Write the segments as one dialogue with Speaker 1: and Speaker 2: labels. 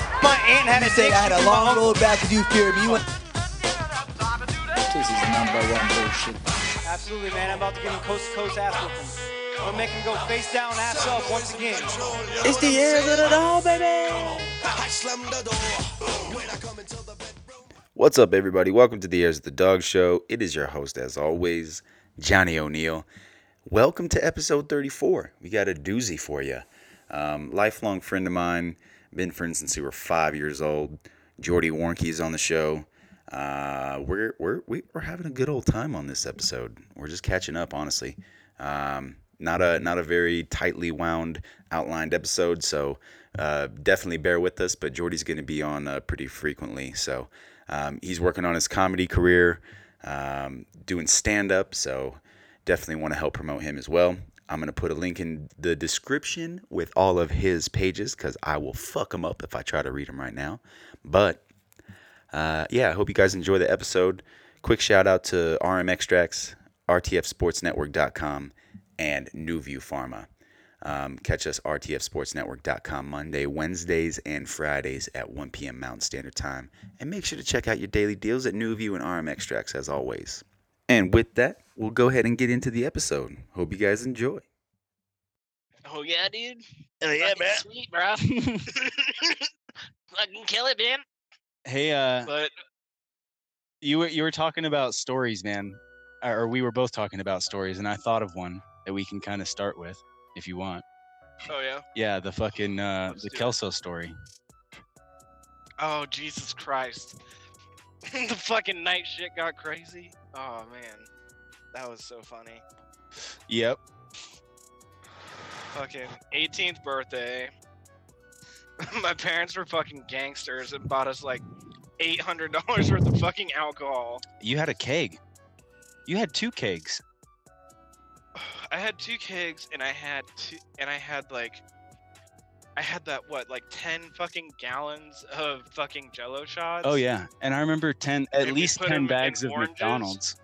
Speaker 1: man had
Speaker 2: you
Speaker 1: a
Speaker 2: said
Speaker 1: dick.
Speaker 2: I had a
Speaker 1: shoot
Speaker 2: long
Speaker 1: my own-
Speaker 2: road back because you feared me. You went, this is number one bullshit.
Speaker 1: Absolutely, man. I'm about to give him coast to coast ass whooping. I'm gonna make him go face down, ass up once again.
Speaker 2: It's the year of it all, baby.
Speaker 3: What's up, everybody? Welcome to the Airs of the Dog Show. It is your host, as always, Johnny O'Neill. Welcome to episode 34. We got a doozy for you. Um, lifelong friend of mine, been friends since we were five years old. Jordy Warnke is on the show. Uh, we're we're we- we're having a good old time on this episode. We're just catching up, honestly. Um, not a not a very tightly wound outlined episode, so uh, definitely bear with us. But Jordy's going to be on uh, pretty frequently, so um, he's working on his comedy career, um, doing stand up. So definitely want to help promote him as well. I'm going to put a link in the description with all of his pages because I will fuck them up if I try to read them right now. But uh, yeah, I hope you guys enjoy the episode. Quick shout out to RM Extracts, RTFSportsNetwork.com, and New View Pharma. Um, catch us RTFSportsNetwork.com Monday, Wednesdays, and Fridays at 1 p.m. Mountain Standard Time. And make sure to check out your daily deals at New View and RM Extracts as always. And with that, we'll go ahead and get into the episode. Hope you guys enjoy.
Speaker 4: Oh yeah, dude.
Speaker 5: Hell yeah,
Speaker 4: Fucking
Speaker 5: man.
Speaker 4: Sweet, bro. Fucking kill it, man.
Speaker 6: Hey, uh,
Speaker 4: But
Speaker 6: you were you were talking about stories, man, uh, or or we were both talking about stories, and I thought of one that we can kind of start with if you want.
Speaker 5: Oh yeah.
Speaker 6: Yeah, the fucking uh,
Speaker 5: Let's
Speaker 6: the
Speaker 5: do it.
Speaker 6: Kelso story.
Speaker 5: Oh Jesus Christ. the fucking night shit got crazy. Oh man. That was so funny.
Speaker 6: Yep.
Speaker 5: Fucking 18th birthday. My parents were fucking gangsters and bought us like $800 worth of fucking alcohol.
Speaker 6: You had a keg. You had two kegs.
Speaker 5: I had two kegs and I had two, and I had like I had that what like 10 fucking gallons of fucking jello shots.
Speaker 6: Oh yeah, and I remember ten, at
Speaker 5: Did we
Speaker 6: least
Speaker 5: put 'em
Speaker 6: ten
Speaker 5: in
Speaker 6: bags of
Speaker 5: oranges?
Speaker 6: McDonald's.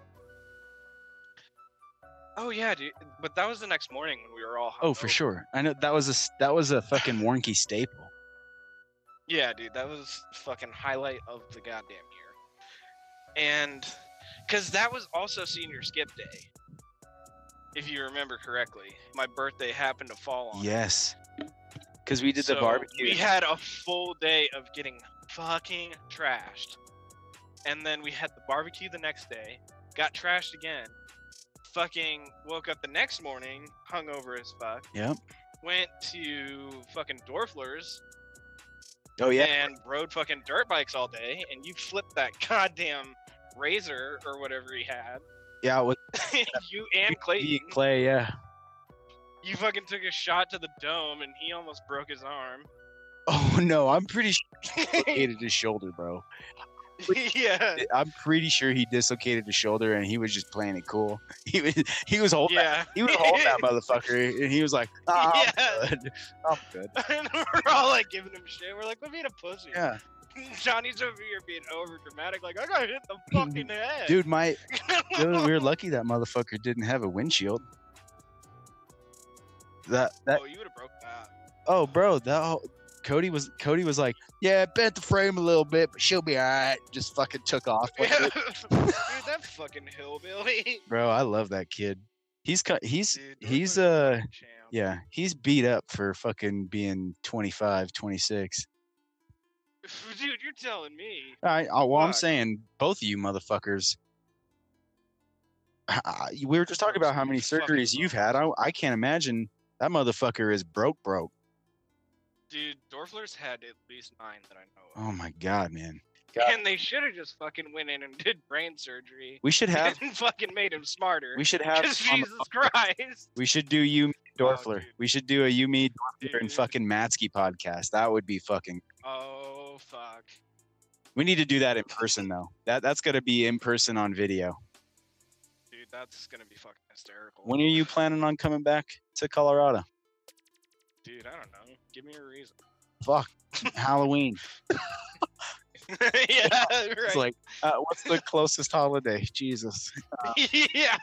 Speaker 5: Oh yeah, dude. But that was the next morning when we were all
Speaker 6: Oh, for
Speaker 5: hungover.
Speaker 6: sure. I know that was a s- that was a fucking Warnke staple.
Speaker 5: Yeah, dude, that was fucking highlight of the goddamn year. And cuz that was also senior skip day. If you remember correctly, my birthday happened to fall on. it.
Speaker 6: Yes. Because we did the
Speaker 5: So,
Speaker 6: barbecue.
Speaker 5: We had a full day of getting fucking trashed. And then we had the barbecue the next day, got trashed again. Fucking woke up the next morning, hungover as fuck.
Speaker 6: Yep.
Speaker 5: Went to fucking Dorfler's
Speaker 6: oh yeah.
Speaker 5: and rode fucking dirt bikes all day, and you flipped that goddamn razor or whatever he had.
Speaker 6: Yeah. With
Speaker 5: you and Clayton,
Speaker 6: Clay. Yeah.
Speaker 5: you fucking took a shot to the dome, and he almost broke his arm.
Speaker 6: Oh no, I'm pretty sure he dislocated his shoulder, bro.
Speaker 5: yeah,
Speaker 6: I'm pretty sure he dislocated his shoulder and he was just playing it cool. He was he was holding that,
Speaker 5: yeah,
Speaker 6: he was holding that motherfucker and he was like, ah, I'm
Speaker 5: Yeah.
Speaker 6: good. I'm good.
Speaker 5: and we're all like giving him shit. We're like, we're being a pussy.
Speaker 6: Yeah.
Speaker 5: Johnny's over here being over dramatic, like I got hit in the fucking head, oh,
Speaker 6: Dude, my dude, we were lucky that motherfucker didn't have a windshield. That that
Speaker 5: oh, you would have broke that.
Speaker 6: oh bro, that whole, Cody was Cody was like, Yeah, it bent the frame a little bit, but she'll be alright. Just fucking took off. with
Speaker 5: Yeah.
Speaker 6: it.
Speaker 5: Dude, that fucking hillbilly.
Speaker 6: Bro, I love that kid. He's cut he's
Speaker 5: Dude, that
Speaker 6: he's
Speaker 5: fucking
Speaker 6: uh
Speaker 5: champ.
Speaker 6: Yeah, he's beat up for fucking being 25, 26.
Speaker 5: Dude, you're telling me.
Speaker 6: All right, uh, well, I'm
Speaker 5: Fuck.
Speaker 6: saying both of you motherfuckers. Uh, we were just talking about how many
Speaker 5: Fucking
Speaker 6: surgeries you've had. I, I can't imagine that motherfucker is broke, broke.
Speaker 5: Dude, Dorfler's had at least nine that I know of.
Speaker 6: Oh my god, man.
Speaker 5: and they should have just fucking went in and did brain surgery
Speaker 6: We should have.
Speaker 5: and fucking made him smarter.
Speaker 6: We should have. uh,
Speaker 5: Because
Speaker 6: on the
Speaker 5: Jesus
Speaker 6: podcast.
Speaker 5: Christ.
Speaker 6: We should do you, me,
Speaker 5: Oh,
Speaker 6: Dorfler.
Speaker 5: dude.
Speaker 6: we should do a you, me, Dorfler, and
Speaker 5: Dude.
Speaker 6: fucking Matsky podcast. That would be fucking.
Speaker 5: Oh, fuck.
Speaker 6: We need to do that in person though. That that's gonna be in person on video.
Speaker 5: Dude, that's going to be fucking hysterical.
Speaker 6: When are you planning on coming back to Colorado?
Speaker 5: Dude, I don't know. Give me a reason.
Speaker 6: Fuck, Halloween.
Speaker 5: yeah, right.
Speaker 6: It's like, uh, what's the closest holiday? Jesus.
Speaker 5: yeah.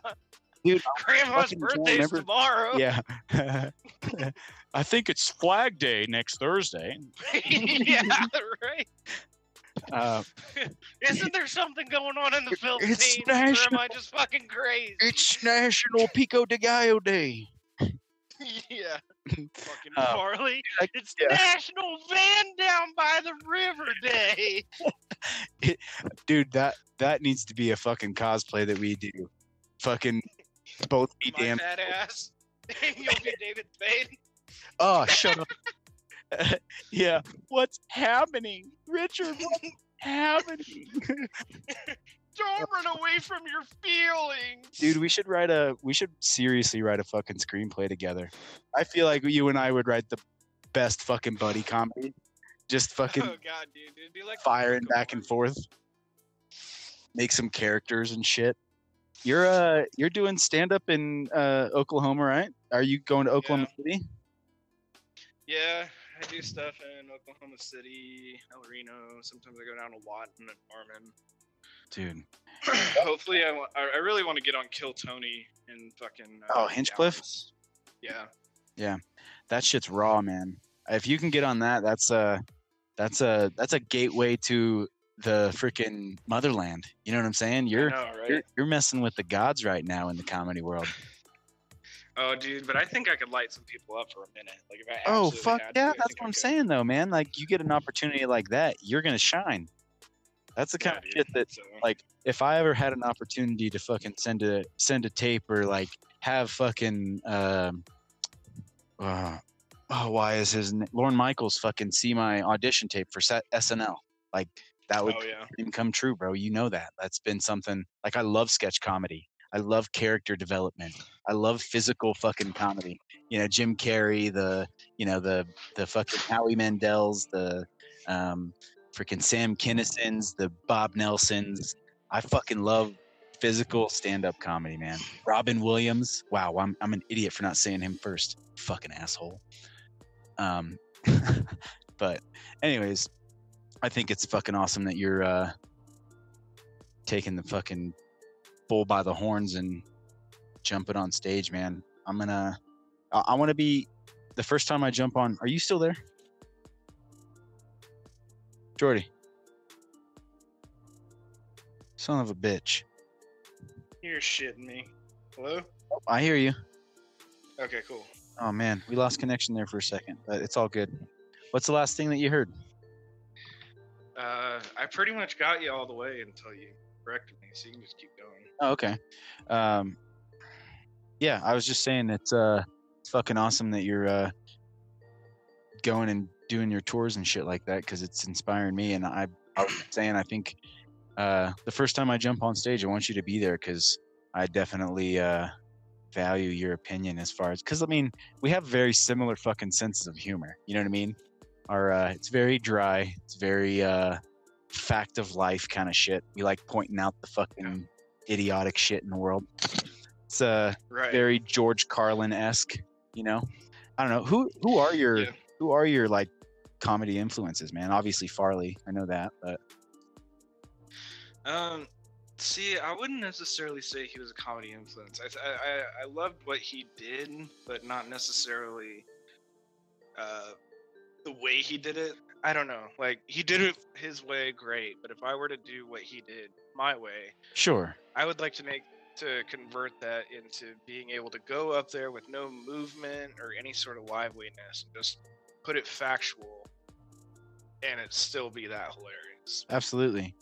Speaker 6: Dude,
Speaker 5: Grandma's
Speaker 6: fucking don't
Speaker 5: birthday's
Speaker 6: remember-
Speaker 5: tomorrow.
Speaker 6: Yeah. I think it's Flag Day next Thursday.
Speaker 5: yeah, right.
Speaker 6: Uh,
Speaker 5: Isn't there something going on in the Philippines? Or am I
Speaker 6: national.
Speaker 5: just fucking crazy?
Speaker 6: it's National Pico de Gallo Day.
Speaker 5: yeah. Fucking
Speaker 6: Uh,
Speaker 5: Farley.
Speaker 6: like-
Speaker 5: It's
Speaker 6: yeah.
Speaker 5: National Van Down by the River Day.
Speaker 6: dude that that needs to be a fucking cosplay that we do fucking both be
Speaker 5: My
Speaker 6: damned
Speaker 5: fat ass. And you'll be David Spade.
Speaker 6: oh shut up yeah what's happening richard what's happening
Speaker 5: Don't run away from your feelings.
Speaker 6: dude we should write a we should seriously write a fucking screenplay together i feel like you and i would write the best fucking buddy comedy just fucking
Speaker 5: Oh god, dude. It'd be like
Speaker 6: firing back and forth make some characters and shit you're uh you're doing stand up in uh oklahoma right are you going to oklahoma city
Speaker 5: Yeah, I do stuff in Oklahoma City, El Reno. Sometimes I go down to Lawton and
Speaker 6: dude
Speaker 5: Norman. Hopefully, I, wa- I I really want to get on Kill Tony in fucking. uh,
Speaker 6: Oh, Hinchcliffe?
Speaker 5: Dallas. Yeah.
Speaker 6: that shit's raw man if you can get on that that's a that's a that's a gateway to the freaking motherland you know what i'm saying
Speaker 5: I
Speaker 6: you're
Speaker 5: know, right?
Speaker 6: you're, you're messing with the gods right now in the comedy world
Speaker 5: Oh, dude, but I think I could light some people up for a minute. Like if I.
Speaker 6: oh
Speaker 5: absolutely
Speaker 6: fuck
Speaker 5: had to,
Speaker 6: yeah
Speaker 5: I
Speaker 6: that's
Speaker 5: think
Speaker 6: what
Speaker 5: I
Speaker 6: i'm
Speaker 5: could.
Speaker 6: saying though man like you get an opportunity like that you're gonna shine that's the
Speaker 5: Yeah,
Speaker 6: kind of
Speaker 5: dude,
Speaker 6: shit that
Speaker 5: so-
Speaker 6: like if I ever had an opportunity to fucking send a send a tape or like have fucking um uh, oh why is his name Lauren Michaels fucking see my audition tape for sa- SNL like that would
Speaker 5: Oh yeah.
Speaker 6: dream come true bro you know that that's been something like I love sketch comedy I love character development I love physical fucking comedy you know Jim Carrey the you know the the fucking Howie Mandels the um freaking Sam Kinnisons, the Bob Nelsons. I fucking love physical stand-up comedy, man. Robin Williams. Wow, I'm I'm an idiot for not saying him first. Fucking asshole. Um, but anyways, I think it's fucking awesome that you're uh taking the fucking bull by the horns and jumping on stage, man. I'm gonna. I, I want to be. The first time I jump on, are you still there, Jordy? Son of a bitch.
Speaker 5: You're shitting me. Hello.
Speaker 6: I hear you.
Speaker 5: Okay, cool.
Speaker 6: Oh man, we lost connection there for a second, but it's all good. What's the last thing that you heard?
Speaker 5: Uh, I pretty much got you all the way until you corrected me, so you can just keep going.
Speaker 6: Oh, okay. Um, yeah, I was just saying it's uh, it's fucking awesome that you're uh, going and doing your tours and shit like that because it's inspiring me. And I, I was saying I think uh, the first time I jump on stage, I want you to be there because I definitely uh, value your opinion as far as because I mean we have very similar fucking senses of humor. You know what I mean? Our uh, it's very dry. It's very uh, fact of life kind of shit. We like pointing out the fucking idiotic shit in the world. It's uh,
Speaker 5: Right.
Speaker 6: very George Carlin esque, you know. I don't know who who are your
Speaker 5: Yeah.
Speaker 6: who are your like comedy influences, man. Obviously Farley, I know that, but
Speaker 5: Um, see, I wouldn't necessarily say he was a comedy influence. I th- I, I, I loved what he did, but not necessarily uh, the way he did it. I don't know. Like he did it his way, great. But if I were to do what he did my way,
Speaker 6: sure,
Speaker 5: I would like to make to convert that into being able to go up there with no movement or any sort of liveliness and just put it factual, and it still be that hilarious.
Speaker 6: absolutely.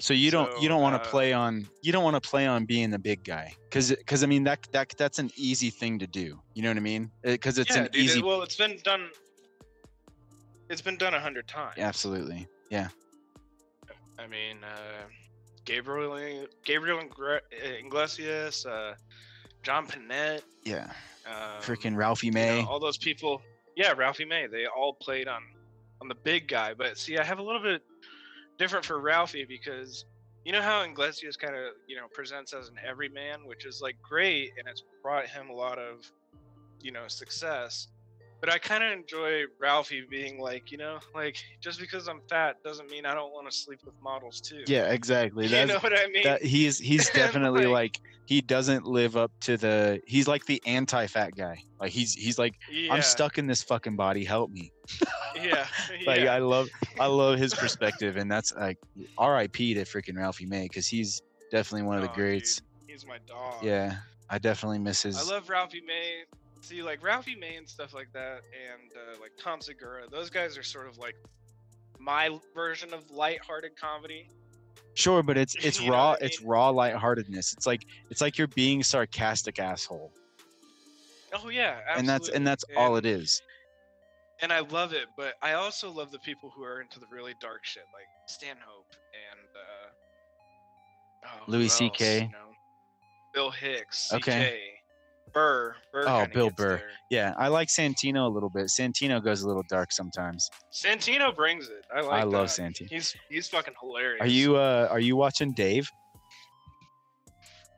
Speaker 6: So you don't you
Speaker 5: So,
Speaker 6: don't want
Speaker 5: uh,
Speaker 6: to play on you don't want to play on being the big guy because because I mean that that that's an easy thing to do. You know what I mean? Because it's
Speaker 5: yeah,
Speaker 6: an
Speaker 5: dude,
Speaker 6: easy
Speaker 5: It, well, it's been done. It's been done a hundred times.
Speaker 6: absolutely
Speaker 5: I mean, uh, Gabriel, Gabriel Ingra- uh, Iglesias, uh, John Panette,
Speaker 6: yeah.
Speaker 5: um,
Speaker 6: Freaking Ralphie
Speaker 5: you know,
Speaker 6: May.
Speaker 5: all those people. Yeah, Ralphie May. They all played on on the big guy. But see, I have a little bit different for Ralphie because you know how Iglesias kind of you know presents as an everyman, which is like great, and it's brought him a lot of you know success. But I kind of enjoy Ralphie being like, you know, like just because I'm fat doesn't mean I don't want to sleep with models too.
Speaker 6: Yeah, exactly.
Speaker 5: you
Speaker 6: That's
Speaker 5: know what I mean?
Speaker 6: that he's he's
Speaker 5: I'm
Speaker 6: definitely like
Speaker 5: like-
Speaker 6: he doesn't live up to the he's like the anti-fat guy. Like he's he's like
Speaker 5: yeah,
Speaker 6: I'm stuck in this fucking body, help me.
Speaker 5: Yeah,
Speaker 6: Like
Speaker 5: yeah.
Speaker 6: I love I love his perspective and that's like R.I.P. to freaking Ralphie May cuz he's definitely one of the
Speaker 5: Oh, dude,
Speaker 6: greats.
Speaker 5: he's my dog.
Speaker 6: Yeah. I definitely miss his
Speaker 5: I love Ralphie May. See, like Ralphie May and stuff like that, and uh, like Tom Segura. Those guys are sort of like my version of lighthearted comedy.
Speaker 6: Sure, but it's it's
Speaker 5: You know
Speaker 6: raw
Speaker 5: what I
Speaker 6: it's
Speaker 5: mean?
Speaker 6: raw lightheartedness. It's like it's like you're being sarcastic asshole.
Speaker 5: Oh yeah, absolutely.
Speaker 6: And that's and that's all it is.
Speaker 5: And I love it, but I also love the people who are into the really dark shit, like Stanhope and uh, oh, who
Speaker 6: Louis
Speaker 5: else,
Speaker 6: CK.
Speaker 5: you know? Bill Hicks,
Speaker 6: Okay.
Speaker 5: CK, Burr, Burr.
Speaker 6: Oh,
Speaker 5: kinda
Speaker 6: Bill
Speaker 5: gets
Speaker 6: Burr.
Speaker 5: there.
Speaker 6: Yeah, I like Santino a little bit. Santino goes a little dark sometimes.
Speaker 5: Santino brings it. I like.
Speaker 6: I love
Speaker 5: that.
Speaker 6: Santino.
Speaker 5: He's he's fucking hilarious.
Speaker 6: Are you uh are you watching Dave?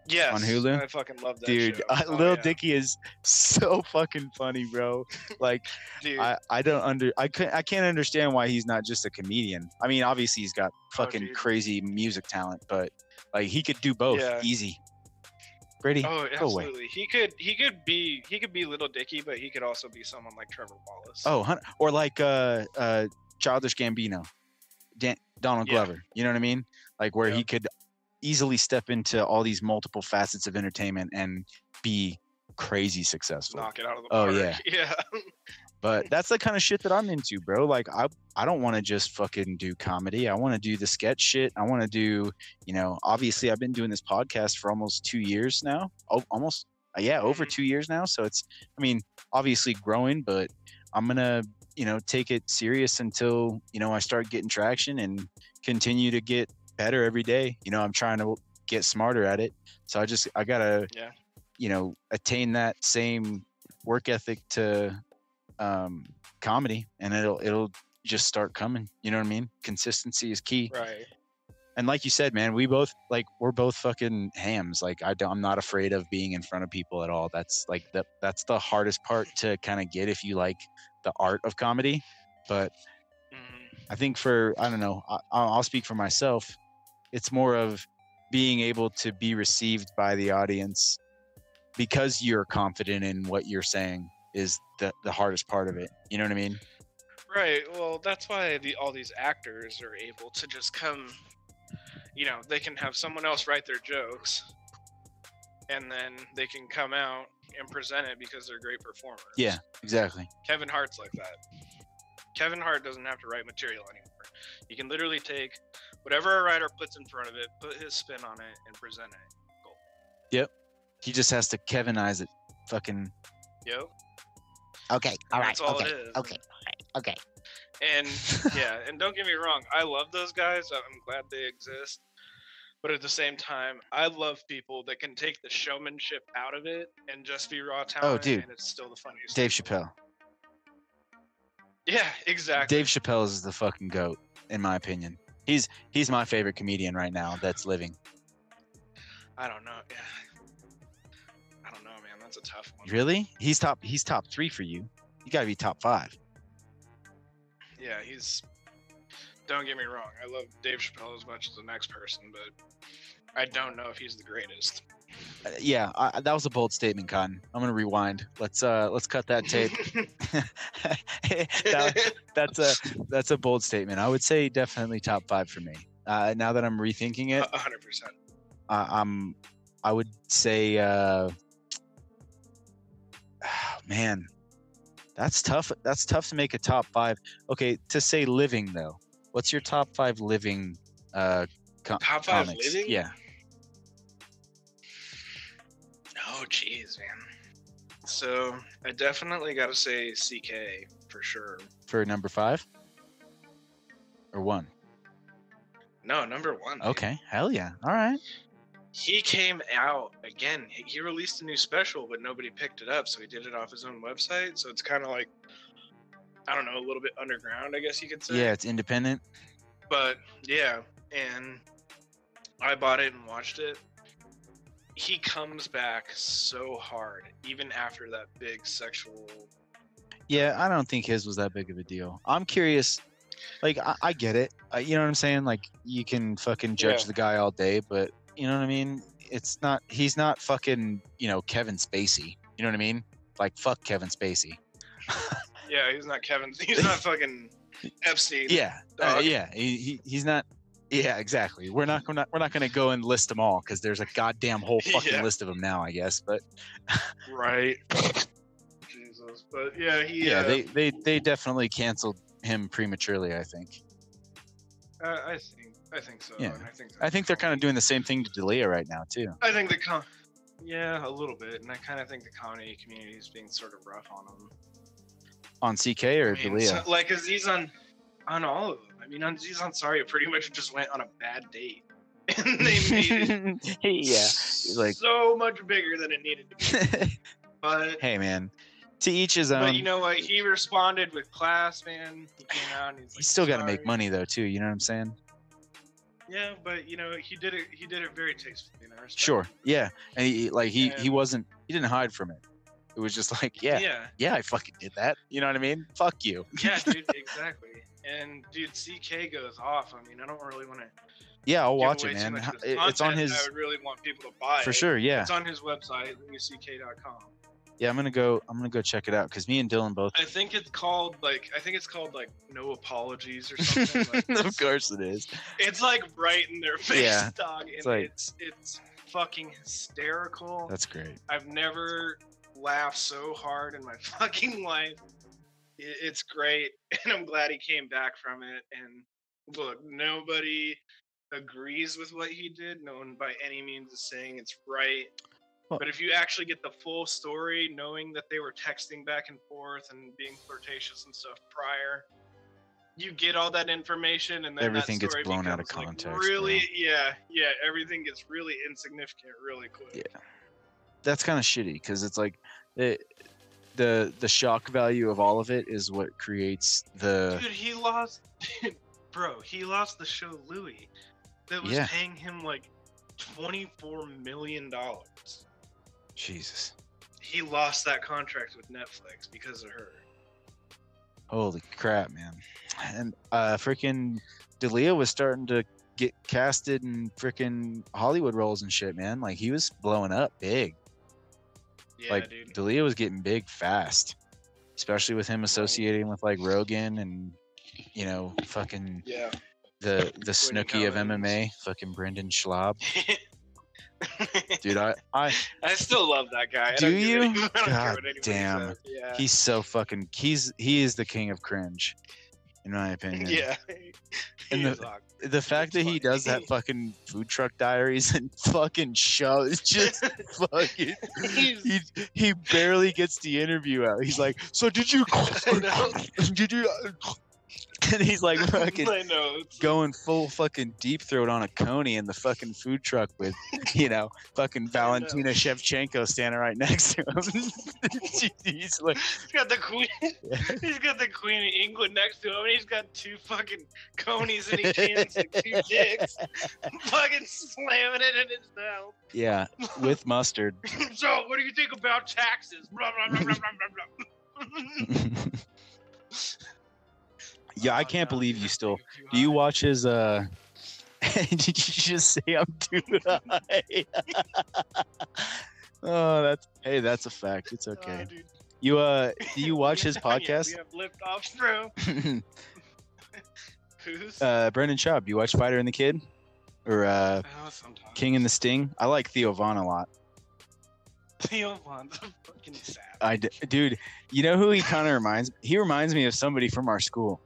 Speaker 5: Yes.
Speaker 6: Hulu?
Speaker 5: I fucking love that
Speaker 6: Dude,
Speaker 5: show.
Speaker 6: I,
Speaker 5: Oh,
Speaker 6: Lil
Speaker 5: yeah.
Speaker 6: Dicky is so fucking funny, bro. Like
Speaker 5: Dude,
Speaker 6: I, I don't under I could I can't understand why he's not just a comedian. I mean, obviously he's got fucking
Speaker 5: Oh, dude.
Speaker 6: crazy music talent, but like he could do both
Speaker 5: Yeah.
Speaker 6: easy. Brady,
Speaker 5: oh,
Speaker 6: go away.
Speaker 5: absolutely. He could he could be he could be Little Dicky, but he could also be someone like Trevor Wallace.
Speaker 6: Oh, hun- or like uh, uh, Childish Gambino, Dan- Donald
Speaker 5: Yeah.
Speaker 6: Glover. You know what I mean? Like where he
Speaker 5: Yep.
Speaker 6: could easily step into all these multiple facets of entertainment and be crazy successful.
Speaker 5: knock it out of the
Speaker 6: Oh,
Speaker 5: park.
Speaker 6: yeah.
Speaker 5: yeah.
Speaker 6: But that's the kind of shit that I'm into, bro. Like I, I don't want to just fucking do comedy. I want to do the sketch shit. I want to do, you know. Obviously, I've been doing this podcast for almost two years now. Oh, almost, uh, yeah, over
Speaker 5: Mhm.
Speaker 6: two years now. So it's, I mean, obviously growing, but I'm gonna, you know, take it serious until you know I start getting traction and continue to get better every day. You know, I'm trying to get smarter at it. So I just, I gotta,
Speaker 5: Yeah.
Speaker 6: you know, attain that same work ethic to um, comedy, and it'll it'll just start coming. You know what I mean? Consistency is key.
Speaker 5: Right.
Speaker 6: And like you said, man, we both like we're both fucking hams. Like I don't, I'm not afraid of being in front of people at all. That's like the that's the hardest part to kind of get if you like the art of comedy. But
Speaker 5: Mhm.
Speaker 6: I think for I don't know, I, I'll I'll speak for myself. It's more of being able to be received by the audience because you're confident in what you're saying is the the hardest part of it. You know what I mean?
Speaker 5: Right. Well, that's why the, all these actors are able to just come. You know, they can have someone else write their jokes, and then they can come out and present it because they're great performers.
Speaker 6: Yeah, exactly.
Speaker 5: Kevin Hart's like that. Kevin Hart doesn't have to write material anymore. You can literally take whatever a writer puts in front of it, put his spin on it, and present it.
Speaker 6: He just has to Kevinize it. Fucking
Speaker 5: Yo,
Speaker 7: Okay, all right,
Speaker 5: that's all
Speaker 7: okay,
Speaker 5: it is.
Speaker 7: okay, all right, okay.
Speaker 5: And yeah, and don't get me wrong, I love those guys. I'm glad they exist. But at the same time, I love people that can take the showmanship out of it and just be raw
Speaker 6: Oh,
Speaker 5: talent.
Speaker 6: dude.
Speaker 5: And it's still the funniest.
Speaker 6: Dave Chappelle.
Speaker 5: Yeah, exactly.
Speaker 6: Dave Chappelle is the fucking goat, in my opinion. He's he's my favorite comedian right now that's living.
Speaker 5: I don't know. Yeah. I don't know, man. That's a tough one.
Speaker 6: Really? He's top he's top three for you. You gotta be top five.
Speaker 5: yeah, he's. Don't get me wrong. I love Dave Chappelle as much as the next person, but I don't know if he's the greatest.
Speaker 6: Uh, yeah, I, I- that was a bold statement, Cotton. I'm gonna rewind. Let's uh let's cut that tape. That- that's a that's a bold statement. I would say definitely top five for me. Uh, now that I'm rethinking it,
Speaker 5: A hundred percent.
Speaker 6: I, I'm I would say uh ah, man that's tough that's tough to make a top 5 okay to say living though what's your top 5 living uh co-
Speaker 5: Top five
Speaker 6: comics?
Speaker 5: living?
Speaker 6: yeah
Speaker 5: Oh, jeez, man. So I definitely got to say CK for sure.
Speaker 6: for number 5 or 1
Speaker 5: No, number one. dude.
Speaker 6: okay hell yeah all right
Speaker 5: He came out again. He he released a new special, but nobody picked it up, so he did it off his own website. So it's kind of like, I don't know, a little bit underground, I guess you could say.
Speaker 6: yeah it's independent
Speaker 5: but yeah, and I bought it and watched it. He comes back so hard, even after that big sexual
Speaker 6: Yeah, I don't think his was that big of a deal. I'm curious. Like, I, I get it. Uh, you know what I'm saying? Like, you can fucking judge
Speaker 5: Yeah.
Speaker 6: the guy all day, but you know what I mean? It's not. He's not fucking. You know, Kevin Spacey. You know what I mean? Like, fuck Kevin Spacey.
Speaker 5: Yeah, he's not Kevin. He's not fucking Epstein.
Speaker 6: Yeah, uh,
Speaker 5: Dog.
Speaker 6: yeah. He, he, he's not. Yeah, exactly. We're not gonna we're not gonna go and list them all because there's a goddamn whole fucking
Speaker 5: Yeah.
Speaker 6: list of them now, I guess. But
Speaker 5: Right. Jesus. But yeah, he.
Speaker 6: yeah,
Speaker 5: Yeah. Uh,
Speaker 6: they, they they definitely canceled him prematurely. I think.
Speaker 5: I, I think. I think so.
Speaker 6: Yeah.
Speaker 5: and I think.
Speaker 6: I think they're kind of
Speaker 5: doing.
Speaker 6: doing the same thing to Delia right now too.
Speaker 5: I think the com- yeah, a little bit, and I kind of think the comedy community is being sort of rough on him.
Speaker 6: On CK
Speaker 5: I
Speaker 6: or
Speaker 5: mean,
Speaker 6: Delia.
Speaker 5: so- like Aziz on on all of them. I mean, Aziz Ansari pretty much just went on a bad date, and they made it
Speaker 6: yeah. like-
Speaker 5: so much bigger than it needed to be. But
Speaker 6: hey man, to each his own.
Speaker 5: but you know what? He responded with class, man. He came out and he's like,
Speaker 6: he's still got to
Speaker 5: "Sorry."
Speaker 6: make money though too. You know what I'm saying?
Speaker 5: Yeah, but you know he did it. He did it very tastefully. And I respect
Speaker 6: Sure.
Speaker 5: it.
Speaker 6: Yeah. And he like he he
Speaker 5: And-
Speaker 6: wasn't he didn't hide from it. It was just like yeah
Speaker 5: Yeah.
Speaker 6: yeah I fucking did that. You know what I mean? Fuck you.
Speaker 5: Yeah, dude. Exactly. And dude, CK goes off. I mean, I don't really want to
Speaker 6: Yeah, I'll
Speaker 5: give
Speaker 6: watch
Speaker 5: away
Speaker 6: it,
Speaker 5: too
Speaker 6: man.
Speaker 5: much
Speaker 6: How-
Speaker 5: of
Speaker 6: it- It's on
Speaker 5: content,
Speaker 6: his
Speaker 5: I would really want people to buy
Speaker 6: for
Speaker 5: it.
Speaker 6: sure. Yeah,
Speaker 5: It's on his website, louisck.com.
Speaker 6: yeah. I'm gonna go. I'm gonna go check it out because me and Dylan both.
Speaker 5: I think it's called like I think it's called like no apologies or something. Like,
Speaker 6: of
Speaker 5: it's,
Speaker 6: course it is.
Speaker 5: it's like right in their face,
Speaker 6: Yeah,
Speaker 5: dog. And
Speaker 6: it's
Speaker 5: it's,
Speaker 6: like-
Speaker 5: it's fucking hysterical.
Speaker 6: That's great.
Speaker 5: I've never laughed so hard in my fucking life. It, it's great, and I'm glad he came back from it. And look, nobody agrees with what he did. No one by any means is saying it's right.
Speaker 6: Well-
Speaker 5: But if you actually get the full story, knowing that they were texting back and forth and being flirtatious and stuff prior, you get all that information, and then that
Speaker 6: Everything gets
Speaker 5: story
Speaker 6: blown out of
Speaker 5: becomes, like,
Speaker 6: context,
Speaker 5: really,
Speaker 6: bro.
Speaker 5: yeah, yeah, everything gets really insignificant really quick.
Speaker 6: Yeah. That's kind of shitty because it's like it, the the shock value of all of it is what creates the.
Speaker 5: Dude, he lost, bro. He lost the show Louis that was
Speaker 6: Yeah.
Speaker 5: paying him like twenty-four million dollars.
Speaker 6: Jesus.
Speaker 5: He lost that contract with Netflix because of her.
Speaker 6: Holy crap, man! And uh, freaking Delia was starting to get casted in freaking Hollywood roles and shit, man. Like he was blowing up big.
Speaker 5: Yeah,
Speaker 6: like
Speaker 5: dude.
Speaker 6: D'Elia was getting big fast, especially with him associating with like Rogan and you know fucking
Speaker 5: yeah.
Speaker 6: the the Snooki of
Speaker 5: Collins.
Speaker 6: MMA, fucking Brendan Schwab, dude. I I
Speaker 5: I still love that guy. I
Speaker 6: Do
Speaker 5: don't give
Speaker 6: you?
Speaker 5: a- I don't care
Speaker 6: God
Speaker 5: what anybody
Speaker 6: damn.
Speaker 5: says. Yeah.
Speaker 6: he's so fucking he's he is the king of cringe, in my opinion.
Speaker 5: yeah.
Speaker 6: And
Speaker 5: He's
Speaker 6: the-
Speaker 5: awkward.
Speaker 6: The fact that
Speaker 5: It's
Speaker 6: he
Speaker 5: funny.
Speaker 6: does that fucking food truck diaries and fucking shows just fucking
Speaker 5: He's-
Speaker 6: he, he barely gets the interview out. He's like, so did you
Speaker 5: I
Speaker 6: did you and he's like fucking
Speaker 5: I know. It's,
Speaker 6: going full fucking deep throat on a coney in the fucking food truck with, you know, fucking Valentina Shevchenko standing right next to him. he's like,
Speaker 5: he's got the queen. He's got the queen of England next to him, and he's got two fucking conies in each hand, it's like two dicks, fucking slamming it in his mouth.
Speaker 6: yeah, with mustard.
Speaker 5: so, what do you think about taxes? Blah, blah, blah, blah, blah, blah, blah.
Speaker 6: yeah, I
Speaker 5: Oh,
Speaker 6: can't
Speaker 5: no,
Speaker 6: believe
Speaker 5: dude,
Speaker 6: you
Speaker 5: that's
Speaker 6: still.
Speaker 5: too
Speaker 6: Do you
Speaker 5: high.
Speaker 6: watch his? uh Did you just say I'm too high? oh, that's hey, that's a fact. It's
Speaker 5: Oh,
Speaker 6: okay.
Speaker 5: dude.
Speaker 6: You uh, do you watch his
Speaker 5: Yeah, yeah,
Speaker 6: podcast?
Speaker 5: We have lift off, bro. Who's?
Speaker 6: uh, Brendan Schaub. You watch Spider and the Kid, or uh,
Speaker 5: oh, sometimes.
Speaker 6: King and the Sting? I like Theo Vaughn a lot.
Speaker 5: Theo Vaughn's a fucking savage.
Speaker 6: I d- dude, you know who he kind of reminds? He reminds me of somebody from our school.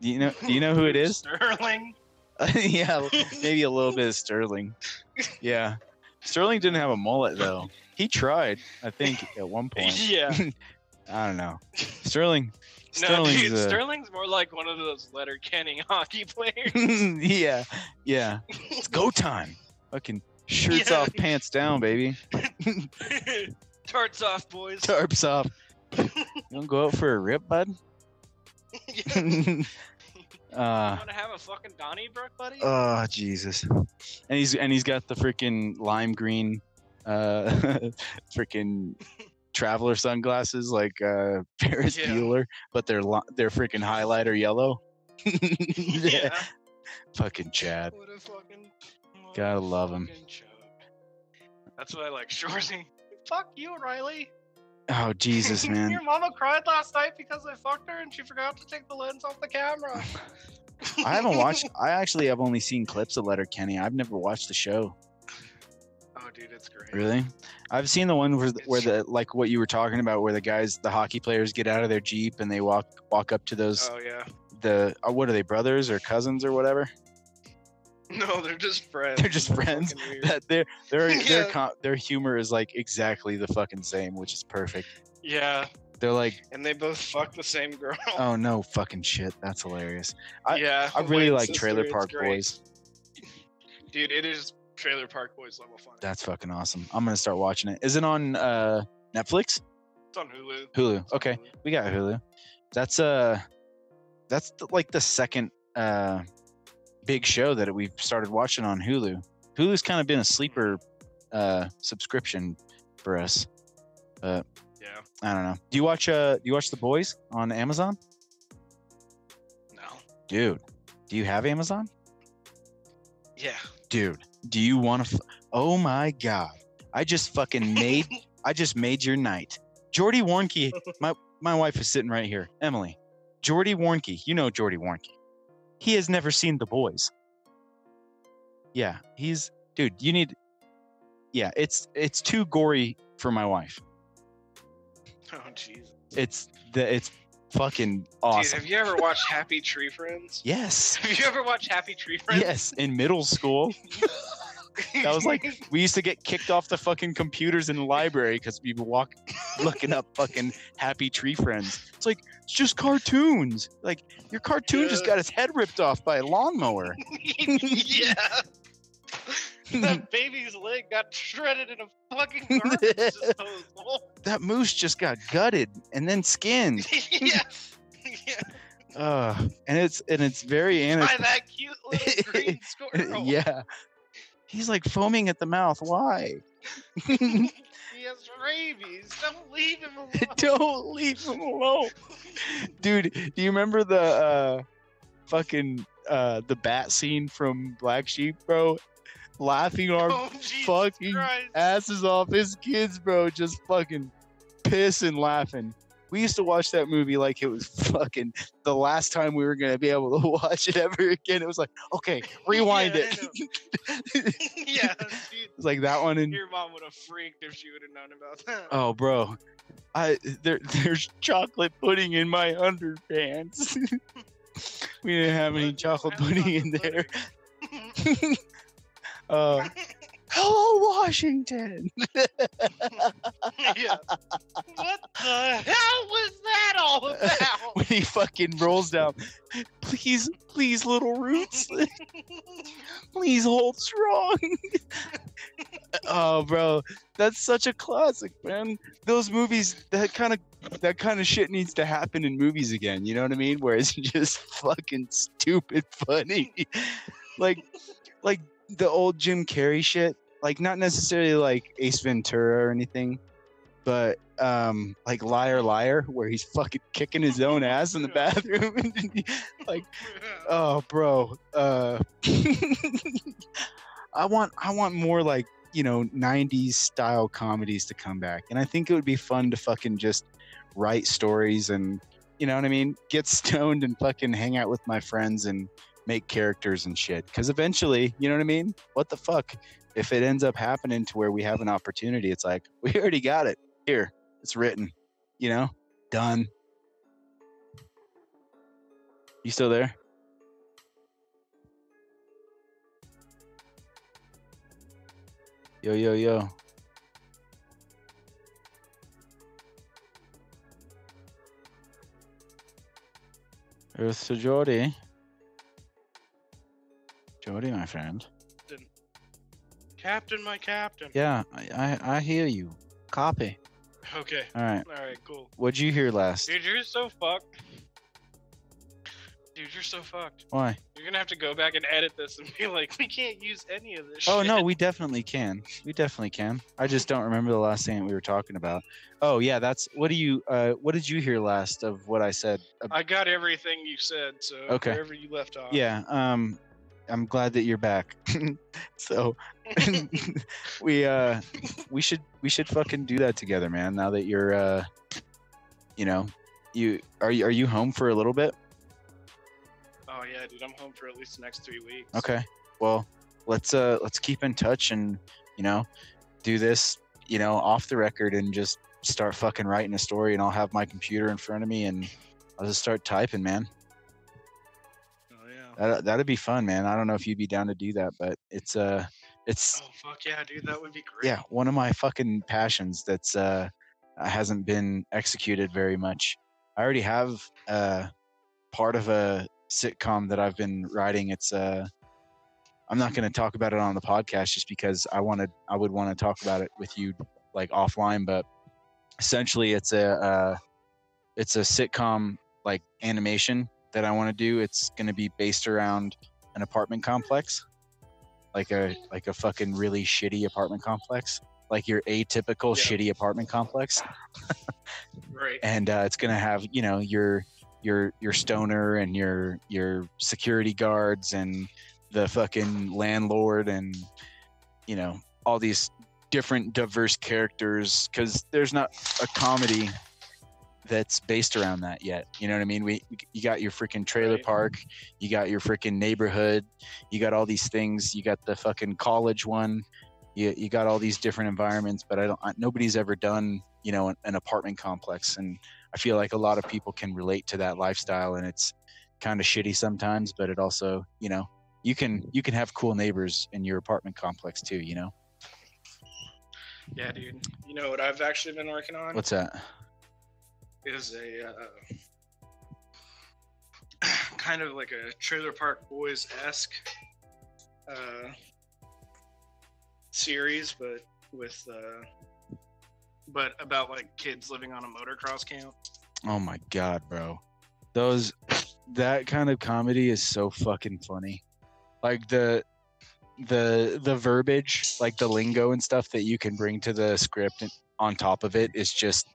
Speaker 6: Do you know? Do you know who it is?
Speaker 5: Sterling.
Speaker 6: yeah, maybe a little bit of Sterling. Yeah, Sterling didn't have a mullet though. He tried, I think, at one point.
Speaker 5: Yeah.
Speaker 6: I don't know. Sterling.
Speaker 5: No,
Speaker 6: Sterling's.
Speaker 5: dude,
Speaker 6: uh,
Speaker 5: Sterling's more like one of those letter Kenny hockey players.
Speaker 6: yeah, yeah. It's go time. Fucking shirts
Speaker 5: Yeah.
Speaker 6: off, pants down, baby.
Speaker 5: Tarts off, boys.
Speaker 6: Tarps off. You don't go out for a rip, bud.
Speaker 5: yeah.
Speaker 6: uh,
Speaker 5: Want to have a fucking Donnybrook, buddy?
Speaker 6: oh Jesus. And he's and he's got the freaking lime green, uh, freaking traveler sunglasses like uh, Ferris
Speaker 5: Yeah.
Speaker 6: Bueller, but they're li- they're freaking highlighter yellow.
Speaker 5: Yeah.
Speaker 6: fucking Chad.
Speaker 5: What a fucking. what
Speaker 6: Gotta
Speaker 5: a
Speaker 6: love 'em.
Speaker 5: fucking joke. That's what I like, Shorzy. Fuck you, Riley.
Speaker 6: Oh Jesus, man.
Speaker 5: Your mama cried last night because I fucked her and she forgot to take the lens off the camera.
Speaker 6: I haven't watched. I actually have only seen clips of Letter Kenny. I've never watched the show.
Speaker 5: Oh, dude, it's great.
Speaker 6: Really, I've seen the one where, where the like what you were talking about, where the guys, the hockey players, get out of their jeep and they walk walk up to those
Speaker 5: Oh yeah.
Speaker 6: the uh, what are they brothers or cousins or whatever?
Speaker 5: No, they're just friends.
Speaker 6: They're just friends.
Speaker 5: fucking weird.
Speaker 6: That their their their
Speaker 5: Yeah.
Speaker 6: com- their humor is like exactly the fucking same, which is perfect.
Speaker 5: Yeah,
Speaker 6: They're like,
Speaker 5: and they both fuck the same girl.
Speaker 6: oh no, fucking shit, that's hilarious. I-
Speaker 5: yeah.
Speaker 6: I really
Speaker 5: Wayne's
Speaker 6: like
Speaker 5: sister,
Speaker 6: Trailer
Speaker 5: it's
Speaker 6: Park
Speaker 5: great.
Speaker 6: Boys.
Speaker 5: Dude, it is Trailer Park Boys level funny.
Speaker 6: That's fucking awesome. I'm gonna start watching it. Is it on uh, Netflix?
Speaker 5: it's on Hulu.
Speaker 6: Hulu. Okay, we got Hulu. That's uh, that's the, like the second uh, big show that we've started watching on Hulu. Hulu's kind of been a sleeper uh, subscription for us.
Speaker 5: Yeah.
Speaker 6: I don't know. Do you watch uh do you watch The Boys on Amazon?
Speaker 5: No.
Speaker 6: Dude, do you have Amazon?
Speaker 5: Yeah.
Speaker 6: Dude, do you want to f- Oh my god. I just fucking made I just made your night. Jordy Warnke, my my wife is sitting right here. Emily. Jordy Warnke, you know Jordy Warnke. He has never seen The Boys. Yeah, he's dude, you need Yeah, it's it's too gory for my wife.
Speaker 5: Oh jeez.
Speaker 6: It's the it's fucking awesome.
Speaker 5: Dude, have you ever watched Happy Tree Friends?
Speaker 6: yes.
Speaker 5: Have you ever watched Happy Tree Friends?
Speaker 6: Yes, in middle school. That was like we used to get kicked off the fucking computers in the library because we would walk looking up fucking happy tree friends. It's like it's just cartoons. Like your cartoon just
Speaker 5: Yeah.
Speaker 6: got its head ripped off by a lawnmower.
Speaker 5: yeah. that baby's leg got shredded in a fucking garbage disposal.
Speaker 6: that moose just got gutted and then skinned.
Speaker 5: yeah. yeah.
Speaker 6: Ugh. and it's and it's very anime.
Speaker 5: By that cute little green squirrel.
Speaker 6: yeah. He's like foaming at the mouth. Why?
Speaker 5: He has rabies. Don't leave him alone.
Speaker 6: Don't leave him alone. Dude, do you remember the uh fucking uh the bat scene from Black Sheep, bro? Laughing our
Speaker 5: Oh, Jesus
Speaker 6: fucking
Speaker 5: Christ.
Speaker 6: asses off his kids, bro, just fucking pissing laughing. We used to watch that movie like it was fucking the last time we were gonna be able to watch it ever again. It was like, okay, rewind
Speaker 5: Yeah, I
Speaker 6: it.
Speaker 5: know.
Speaker 6: it
Speaker 5: yeah, dude.
Speaker 6: was like that one and
Speaker 5: Your mom would have freaked if she would have known about that.
Speaker 6: Oh, bro, I there there's chocolate pudding in my underpants. we didn't have any
Speaker 5: Look,
Speaker 6: chocolate
Speaker 5: have
Speaker 6: pudding in
Speaker 5: chocolate
Speaker 6: there.
Speaker 5: pudding.
Speaker 6: Uh, hello, Washington.
Speaker 5: yeah. What the hell was that all about?
Speaker 6: when he fucking rolls down, please, please, little roots, please hold strong. oh, bro, that's such a classic, man. Those movies, that kind of, that kind of shit needs to happen in movies again. You know what I mean? Where it's just fucking stupid funny, like, like the old Jim Carrey shit. Like not necessarily like Ace Ventura or anything, but um like liar liar where he's fucking kicking his own ass in the bathroom oh bro uh i want i want more like you know 90s style comedies to come back and i think it would be fun to fucking just write stories and you know what i mean get stoned and fucking hang out with my friends and make characters and shit because eventually you know what i mean what the fuck if it ends up happening to where we have an opportunity it's like we already got it here it's written you know done you still there Yo, yo, yo. Earth to Jordy. Jordy, my friend.
Speaker 5: Captain, my captain.
Speaker 6: Yeah, I, I, I hear you. Copy.
Speaker 5: Okay.
Speaker 6: All right.
Speaker 5: All right. Cool.
Speaker 6: What'd you hear last?
Speaker 5: Dude, you're so fucked. Dude, you're so fucked.
Speaker 6: Why?
Speaker 5: You're gonna have to go back and edit this and be like, we can't use any of this.
Speaker 6: Oh no,
Speaker 5: shit."
Speaker 6: we definitely can. We definitely can. I just don't remember the last thing that we were talking about. Oh yeah, that's what do you uh what did you hear last of what I said? ab-
Speaker 5: I got everything you said, so
Speaker 6: Okay.
Speaker 5: wherever you left off.
Speaker 6: yeah, um I'm glad that you're back. so we uh we should we should fucking do that together, man. Now that you're uh you know, you are you are you home for a little bit?
Speaker 5: Oh yeah, dude, I'm home for at least the next three weeks.
Speaker 6: Okay. Well, let's uh let's keep in touch and you know do this you know off the record and just start fucking writing a story and I'll have my computer in front of me and I'll just start typing, man.
Speaker 5: Oh yeah.
Speaker 6: That that'd be fun, man. I don't know if you'd be down to do that, but it's uh it's
Speaker 5: Oh fuck yeah, dude, that would be great.
Speaker 6: yeah one of my fucking passions that's uh hasn't been executed very much i already have uh part of a sitcom that i've been writing it's uh i'm not going to talk about it on the podcast just because i wanted i would want to talk about it with you like offline but essentially it's a uh it's a sitcom like animation that i want to do it's going to be based around an apartment complex like a like a fucking really shitty apartment complex like your atypical
Speaker 5: Yeah.
Speaker 6: shitty apartment complex
Speaker 5: Right.
Speaker 6: and uh, it's gonna have you know your your your stoner and your your security guards and the fucking landlord and you know all these different diverse characters because there's not a comedy that's based around that yet you know what i mean we you got your freaking trailer
Speaker 5: Right.
Speaker 6: park you got your freaking neighborhood you got all these things you got the fucking college one you, you got all these different environments but i don't I, nobody's ever done you know an, an apartment complex and i feel like a lot of people can relate to that lifestyle and it's kind of shitty sometimes but it also you know you can you can have cool neighbors in your apartment complex too you know
Speaker 5: Yeah, dude. You know what I've actually been working on
Speaker 6: what's that
Speaker 5: is a uh, kind of like a Trailer Park Boys esque uh, series, but with uh, but about like kids living on a motocross camp.
Speaker 6: oh my god bro those that kind of comedy is so fucking funny like the the the verbiage like the lingo and stuff that you can bring to the script and- on top of it is just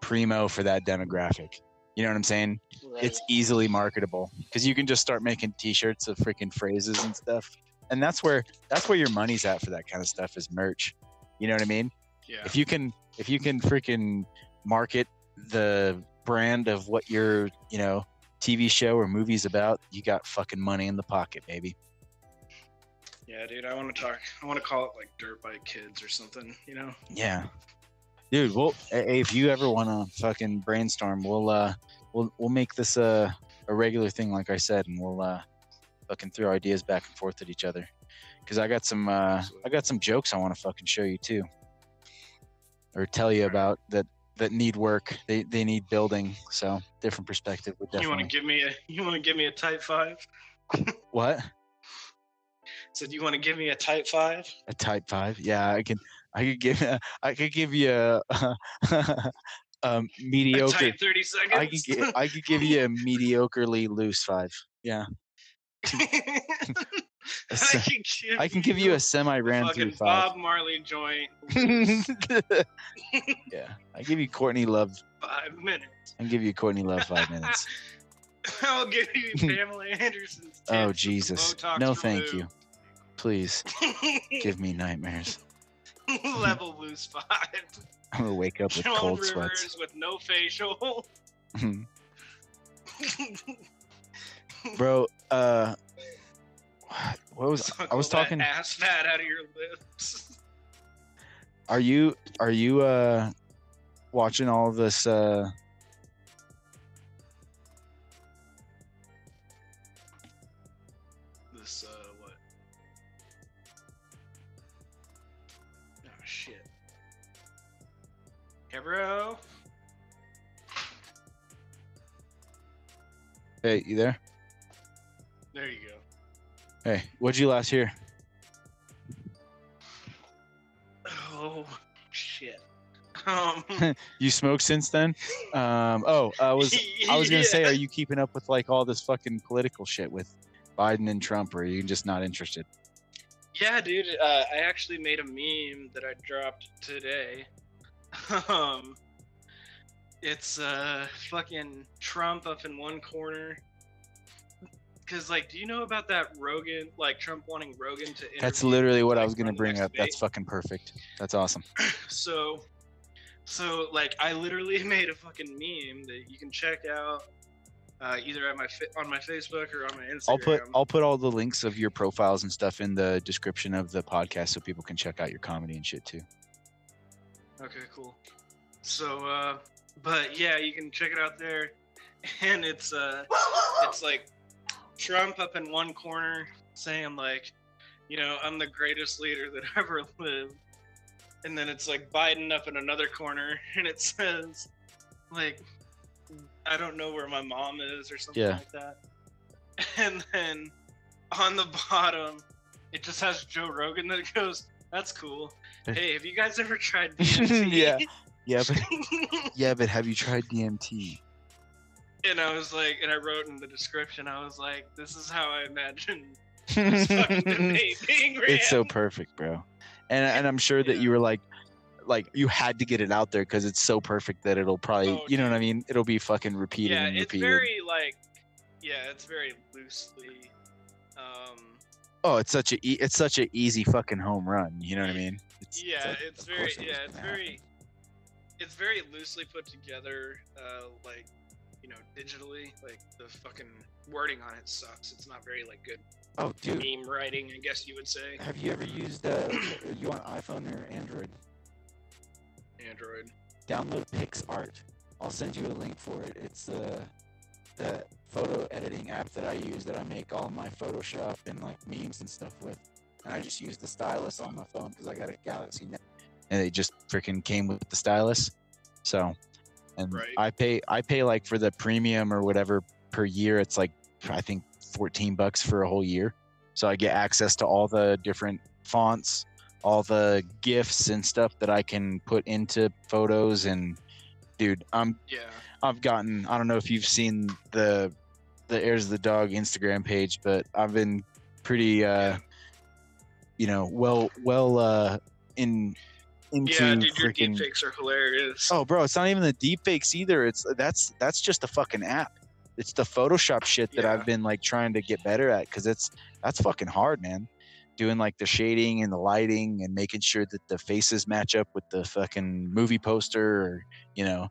Speaker 6: primo for that demographic you know what i'm saying it's easily marketable because you can just start making t-shirts of freaking phrases and stuff and that's where that's where your money's at for that kind of stuff is merch you know what i mean
Speaker 5: Yeah.
Speaker 6: if you can if you can freaking market the brand of what your you know tv show or movie's about you got fucking money in the pocket baby
Speaker 5: Yeah, dude. I want to talk. I want to call it like Dirt Bike Kids or something. You know.
Speaker 6: yeah dude well hey, if you ever want to fucking brainstorm we'll uh we'll we'll make this uh, a regular thing like i said and we'll uh fucking throw ideas back and forth at each other because i got some uh i got some jokes i want to fucking show you too or tell you about that that need work they they need building so different perspective would
Speaker 5: You
Speaker 6: definitely
Speaker 5: want to give me a? You want to give me a Type Five?
Speaker 6: What?
Speaker 5: Said you want to give me a Type Five?
Speaker 6: A type five? Yeah, I can. I could give. I could give you a, um
Speaker 5: A
Speaker 6: mediocre.
Speaker 5: Type Thirty Seconds.
Speaker 6: I could. Give, I could give you a mediocrely loose five. Yeah,
Speaker 5: I
Speaker 6: se-
Speaker 5: can give,
Speaker 6: I can give you a semi ran
Speaker 5: fucking
Speaker 6: through five.
Speaker 5: Bob Marley joint.
Speaker 6: yeah, I give you Courtney Love.
Speaker 5: Five minutes.
Speaker 6: I can give you Courtney Love five minutes.
Speaker 5: I'll give you Pamela Anderson's. tits
Speaker 6: Oh
Speaker 5: with the
Speaker 6: Jesus!
Speaker 5: Botox
Speaker 6: No, thank you.
Speaker 5: removed.
Speaker 6: Please give me nightmares.
Speaker 5: Level loose five.
Speaker 6: I'm gonna wake up with
Speaker 5: Joan
Speaker 6: cold
Speaker 5: Rivers
Speaker 6: sweats.
Speaker 5: with no facial.
Speaker 6: Bro, uh, what was I
Speaker 5: Suckle
Speaker 6: was
Speaker 5: that
Speaker 6: talking?
Speaker 5: ass fat out of your lips.
Speaker 6: Are you are you uh watching all this uh
Speaker 5: This uh, what? Oh shit. Hey, bro.
Speaker 6: hey you there?
Speaker 5: There you go.
Speaker 6: Hey, what'd you last hear?
Speaker 5: Oh shit. Um,
Speaker 6: You smoked since then? Um, oh, I was I was gonna
Speaker 5: yeah.
Speaker 6: say, are you keeping up with like all this fucking political shit with Biden and Trump, or are you just not interested?
Speaker 5: Yeah, dude. Uh, I actually made a meme that I dropped today. um, it's uh fucking Trump up in one corner. Cause like, do you know about that Rogan? Like Trump wanting Rogan to.
Speaker 6: That's
Speaker 5: interview,
Speaker 6: literally what I
Speaker 5: like,
Speaker 6: was gonna
Speaker 5: on the
Speaker 6: bring
Speaker 5: next
Speaker 6: up.
Speaker 5: debate?
Speaker 6: That's fucking perfect. That's awesome.
Speaker 5: so so like i literally made a fucking meme that you can check out uh, either at my fa- on my facebook or on my instagram
Speaker 6: I'll put I'll put all the links of your profiles and stuff in the description of the podcast so people can check out your comedy and shit too.
Speaker 5: okay cool so uh but yeah you can check it out there and it's uh it's like trump up in one corner saying like you know i'm the greatest leader that ever lived and then it's like biden up in another corner and it says like i don't know where my mom is or something
Speaker 6: Yeah.
Speaker 5: like that and then on the bottom it just has joe rogan that goes that's cool hey have you guys ever tried DMT?
Speaker 6: Eh. Yeah. Yeah, but yeah, but have you tried DMT?
Speaker 5: and I was like, and I wrote in the description, I was like, this is how I imagine this fucking debate being ran.
Speaker 6: it's so perfect, bro. And and I'm sure that
Speaker 5: Yeah.
Speaker 6: you were like, like you had to get it out there because it's so perfect that it'll probably,
Speaker 5: Oh,
Speaker 6: you know what I mean? It'll be fucking repeated
Speaker 5: yeah,
Speaker 6: and
Speaker 5: it's
Speaker 6: repeated.
Speaker 5: very like, yeah, it's very loosely. Um,
Speaker 6: oh, it's such a e- it's such an easy fucking home run. You know what I mean? It's,
Speaker 5: yeah,
Speaker 6: like,
Speaker 5: it's
Speaker 6: of
Speaker 5: very,
Speaker 6: course it was
Speaker 5: yeah, it's
Speaker 6: gonna happen.
Speaker 5: very, it's very loosely put together. Uh, like, you know, digitally, like the fucking wording on it sucks. It's not very like good
Speaker 2: Oh, dude,
Speaker 5: meme writing, I guess you would say.
Speaker 2: have you ever used? Uh, are you on iPhone or Android?
Speaker 5: Android.
Speaker 2: Download PixArt. I'll send you a link for it. It's uh, the photo editing app that I use that I make all my Photoshop and like memes and stuff with. And I just use the stylus on my phone because I got a Galaxy now.
Speaker 6: and they just freaking came with the stylus. So, and
Speaker 5: Right.
Speaker 6: I pay I pay like for the premium or whatever per year. It's like I think fourteen bucks for a whole year. So I get access to all the different fonts, all the gifs and stuff that I can put into photos. And dude, I'm
Speaker 5: Yeah.
Speaker 6: I've gotten I don't know if you've seen the the Heirs of the Dog Instagram page, but I've been pretty uh you know, well well uh in into
Speaker 5: Yeah, dude, your
Speaker 6: freaking
Speaker 5: deepfakes are hilarious.
Speaker 6: Oh bro, it's not even the deepfakes either. It's that's that's just a fucking app. It's the Photoshop shit that
Speaker 5: Yeah.
Speaker 6: I've been like trying to get better at cuz it's that's fucking hard, man. Doing like the shading and the lighting and making sure that the faces match up with the fucking movie poster or, you know,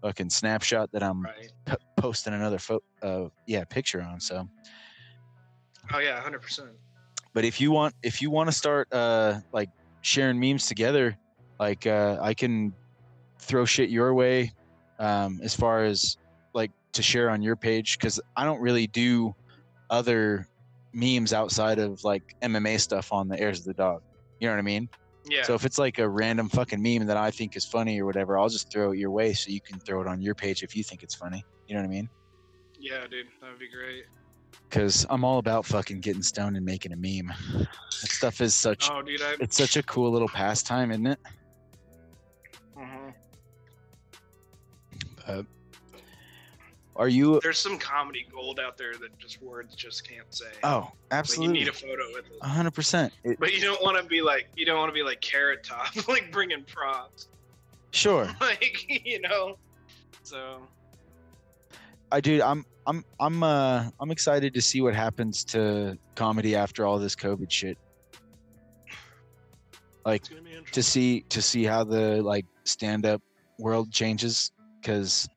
Speaker 6: fucking snapshot that I'm
Speaker 5: Right.
Speaker 6: p- posting another photo, uh, yeah, picture on. So,
Speaker 5: Oh yeah, hundred percent.
Speaker 6: but if you want, if you want to start uh, like sharing memes together, like uh, I can throw shit your way um, as far as like to share on your page because I don't really do other memes outside of like MMA stuff on the Heirs of the Dog. You know what I mean?
Speaker 5: Yeah.
Speaker 6: So if it's like a random fucking meme that I think is funny or whatever, I'll just throw it your way so you can throw it on your page if you think it's funny. You know what I mean?
Speaker 5: yeah, dude, that would be great.
Speaker 6: because I'm all about fucking getting stoned and making a meme. That stuff is such
Speaker 5: Oh, dude, I.
Speaker 6: it's such a cool little pastime, isn't it?
Speaker 5: Mhm.
Speaker 6: But are you?
Speaker 5: There's some comedy gold out there that just words just can't say.
Speaker 6: Oh,
Speaker 5: Like, you
Speaker 6: absolutely,
Speaker 5: need
Speaker 6: Uh,
Speaker 5: a photo with it.
Speaker 6: a hundred percent. It-
Speaker 5: But you don't want to be like you don't want to be like carrot top, like bringing props,
Speaker 6: Sure,
Speaker 5: like you know. So
Speaker 6: I do. I'm I'm I'm uh I'm excited to see what happens to comedy after all this COVID shit. Like
Speaker 5: it's gonna be
Speaker 6: to
Speaker 5: interesting.
Speaker 6: see to see how the like stand up world changes because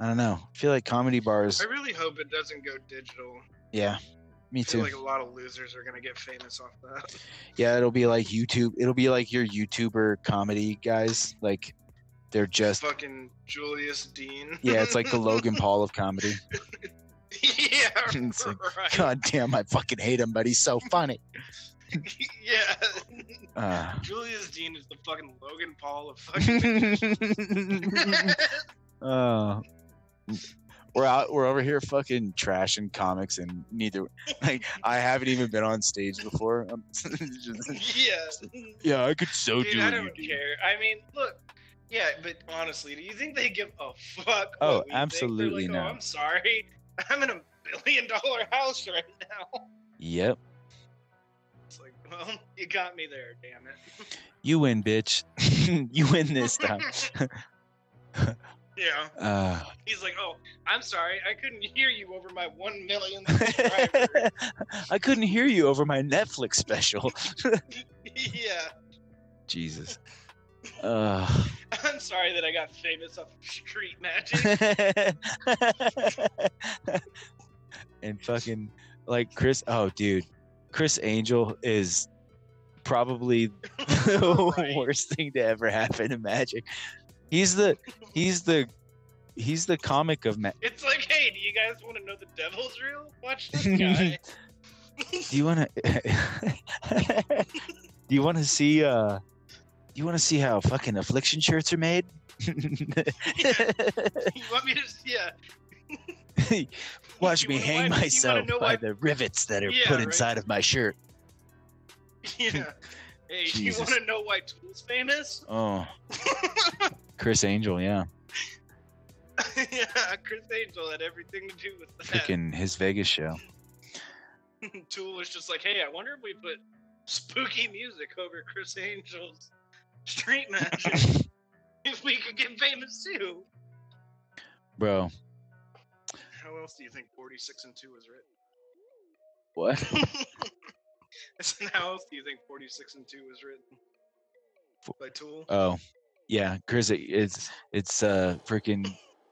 Speaker 6: I don't know. I feel like comedy bars.
Speaker 5: I really hope it doesn't go digital.
Speaker 6: Yeah, me
Speaker 5: I feel
Speaker 6: too.
Speaker 5: like a lot of losers are gonna get famous off that.
Speaker 6: Yeah, it'll be like YouTube. It'll be like your YouTuber comedy guys. Like they're just
Speaker 5: Fucking Julius Dean.
Speaker 6: yeah, it's like the Logan Paul of comedy.
Speaker 5: yeah.
Speaker 6: It's like,
Speaker 5: right.
Speaker 6: God damn, I fucking hate him, but he's so funny.
Speaker 5: yeah.
Speaker 6: Uh,
Speaker 5: Julius Dean is the fucking Logan Paul of fucking.
Speaker 6: uh, we're out. We're over here fucking trashing comics, and neither like I haven't even been on stage before. I'm-
Speaker 5: yeah.
Speaker 6: yeah, I could so
Speaker 5: Dude,
Speaker 6: do
Speaker 5: I
Speaker 6: it.
Speaker 5: don't care. I mean, look, Yeah, but honestly, do you think they give a fuck?
Speaker 6: Oh,
Speaker 5: what we think? They're
Speaker 6: absolutely
Speaker 5: like,
Speaker 6: not.
Speaker 5: Oh, I'm sorry. I'm in a billion dollar house right now.
Speaker 6: Yep.
Speaker 5: It's like, well, you got me there, damn it.
Speaker 6: You win, bitch. you win this time.
Speaker 5: yeah.
Speaker 6: Uh,
Speaker 5: He's like, oh, I'm sorry. I couldn't hear you over my one million subscriber.
Speaker 6: I couldn't hear you over my Netflix special.
Speaker 5: yeah.
Speaker 3: Jesus.
Speaker 6: Uh.
Speaker 5: I'm sorry that I got famous off of street magic.
Speaker 6: and fucking like Chris. Oh, dude, Chris Angel is probably the
Speaker 5: Right.
Speaker 6: worst thing to ever happen to Magic. He's the he's the he's the comic of Magic.
Speaker 5: It's like, hey, do you guys want to know the devil's real? Watch this guy.
Speaker 6: Do you want to? do you want to see? uh Do you want to see how fucking affliction shirts are made?
Speaker 5: you want me to? Yeah.
Speaker 6: Watch
Speaker 5: You
Speaker 6: me
Speaker 5: wanna
Speaker 6: hang
Speaker 5: why- you wanna
Speaker 6: myself
Speaker 5: know
Speaker 6: by
Speaker 5: why-
Speaker 6: the rivets that are
Speaker 5: Yeah,
Speaker 6: put
Speaker 5: right.
Speaker 6: inside of my shirt.
Speaker 5: Yeah. Hey, do you
Speaker 6: Jesus.
Speaker 5: want to know why Tool's famous?
Speaker 6: Oh. Chris Angel, yeah.
Speaker 5: yeah, Chris Angel had everything to do with that.
Speaker 6: Freaking his Vegas show.
Speaker 5: Tool was just like, hey, I wonder if we put spooky music over Chris Angel's street magic. if we could get famous too.
Speaker 6: Bro.
Speaker 5: How else do you think 46 and 2 was written?
Speaker 6: What?
Speaker 5: I said, how else do you think 46 and 2 was written?
Speaker 6: Fo-
Speaker 5: By Tool?
Speaker 6: Oh. Yeah, Chris it's it's uh freaking